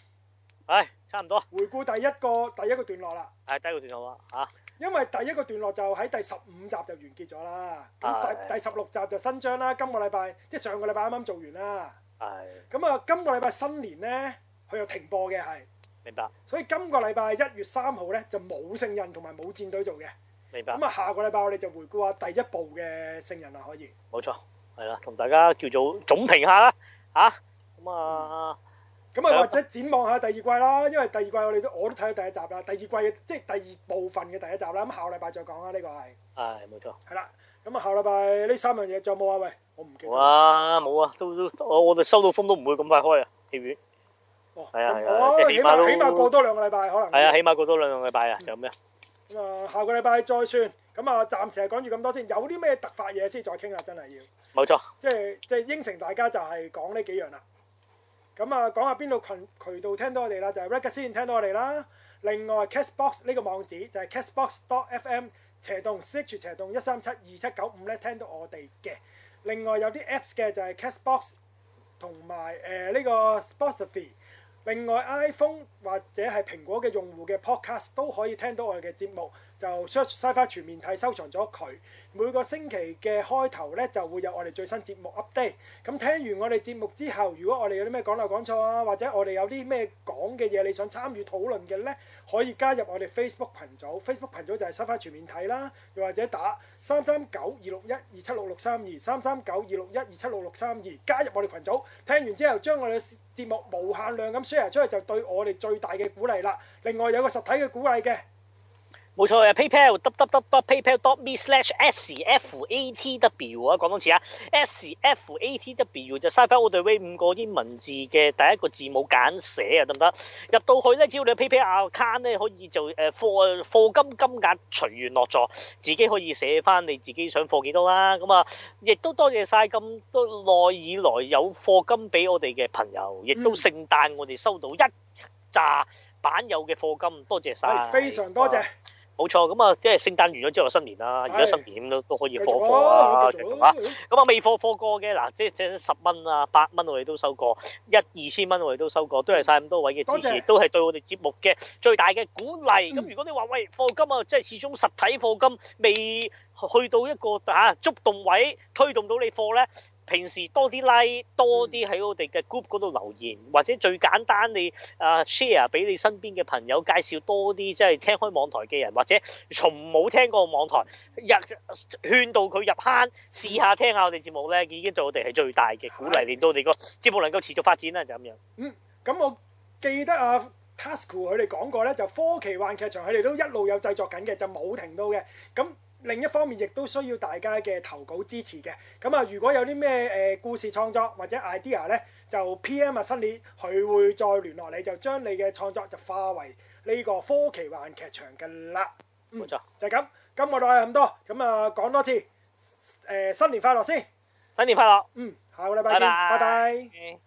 S1: 唉，差唔多，
S2: 回顧第一個第一個段落啦，
S1: 係低個段落啦嚇。
S2: 因為第一個段落就喺第十五集就完結咗啦。咁
S1: 係
S2: 第第十六集就新章啦，今個禮拜即係上個禮拜啱啱做完啦。
S1: 係
S2: 咁啊，今個禮拜新年呢，佢又停播嘅係，
S1: 明白
S2: 所以今個禮拜一月三號呢，就冇聖人同埋冇戰隊做嘅。
S1: 明白
S2: 咁，啊，下個禮拜我哋就回顧下第一部嘅聖人啦，可以。
S1: 冇錯，係啦，同大家叫做總評下啦嚇。咁
S2: 嗯
S1: 啊，
S2: 咁啊，或者展望下第二季啦，因為第二季我哋都我都睇咗第一集啦，第二季嘅即係第二部分嘅第一集啦。咁下個禮拜再講啊啦，呢個係
S1: 係冇錯。
S2: 係啦。咁啊，下個禮拜呢三樣嘢仲有冇啊？喂，我唔記得。
S1: 冇啊，冇啊，都都我我哋收到風都唔會咁快開啊，戲院
S2: 哦，
S1: 係啊係
S2: 咁
S1: 啊
S2: 我
S1: 即係
S2: 起
S1: 起碼都
S2: 碼起碼過多兩個禮拜可能。
S1: 係啊，起碼過多兩兩個禮拜啊，就咁樣。
S2: 咁啊，下個禮拜再算。咁啊，暫時係講住咁多先。有啲咩突發啊嘢先再傾啦，真係要。
S1: 冇錯，
S2: 即係即係應承大家就係講呢幾樣啦。咁啊，講下邊度渠渠道聽到我哋啦，就係、Record 先聽到我哋啦。另外 Castbox 呢個網址就係 castbox.fm 斜洞 ch 斜洞一三七二七九五咧聽到我哋嘅。另外有啲 Apps 嘅就係 Castbox 同埋誒呢個 Spotify。另外 iPhone 或者係蘋果嘅用戶嘅 podcast 都可以聽到我哋嘅節目，就 search 西花全面睇收藏咗佢。每個星期嘅開頭呢，就會有我哋最新節目 update。咁聽完我哋節目之後，如果我哋有啲咩講漏講錯啊，或者我哋有啲咩講嘅嘢你想參與討論嘅呢，可以加入我哋 Facebook 群組。Facebook 群組就係西花全面睇啦，又或者打三三九二六一二七六六三二三三九二六一二七六六三二加入我哋群組。聽完之後，將我哋嘅節目無限量咁 share 出去，就對我哋最大嘅鼓勵啦。另外有個實體嘅鼓勵嘅。
S1: 冇錯啊，PayPal dot dot dot PayPal dot me slash S E F A T W 啊，講多次啊，S F A T W 就 Sci-Fi All The Way 五個英文字嘅第一個字母簡寫啊，得唔得？入到去咧，只要你 PayPal account 咧，可以就誒貨貨金金額隨緣落座，自己可以寫翻你自己想貨幾多啦。咁啊，亦都多謝晒咁多耐以來有貨金俾我哋嘅朋友，亦都
S2: 嗯
S1: 聖誕我哋收到一紮版友嘅貨金，多謝晒，
S2: 係哎非常多謝。
S1: 冇錯，咁啊，即係聖誕完咗之後就新年啦，
S2: 係
S1: 而家新年都都可以
S2: 繼
S1: 貨
S2: 續
S1: 貨啊，
S2: 啊，
S1: 繼
S2: 繼
S1: 續
S2: 續
S1: 啊
S2: 啊。，
S1: 咁啊未貨貨過嘅嗱，即係即係十蚊啊、八蚊我哋都收過，一二千蚊我哋都收過，都係晒咁多位嘅支
S2: 多
S1: 持
S2: 謝，嗯
S1: 都係對我哋節目嘅最大嘅鼓勵。咁、如果你話喂貨金啊，即係始終實體貨金未去到一個嚇、啊、觸動位，推動到你貨咧。平時多啲 like，多
S2: 嗯
S1: 啲喺我哋嘅 group 嗰度留言，或者最簡單你啊 share 俾你身邊嘅朋友，介紹多啲即係聽開網台嘅人，或者從冇聽過網台，入勸到佢入坑，試下聽下我哋節目咧，已經對我哋係最大嘅鼓勵，
S2: 係
S1: 令到我哋個節目能夠持續發展啦，就咁樣。
S2: 咁我記得啊 Tasco 佢哋講過咧，就科奇幻劇場佢哋都一路有製作緊嘅，就冇停到嘅。咁另一方面，亦都需要大家嘅投稿支持嘅。咁啊，如果有啲咩誒故事創作或者 idea 咧，就 P.M. 啊新年，佢會再聯絡你，就將你嘅創作就化為呢個科奇幻劇場嘅啦。嗯
S1: 冇錯，
S2: 就係咁，今個禮拜係咁多，咁啊講多次誒、新年快樂先。
S1: 新年快樂，
S2: 嗯，下個禮
S1: 拜拜，
S2: 拜見，拜拜。
S1: 嗯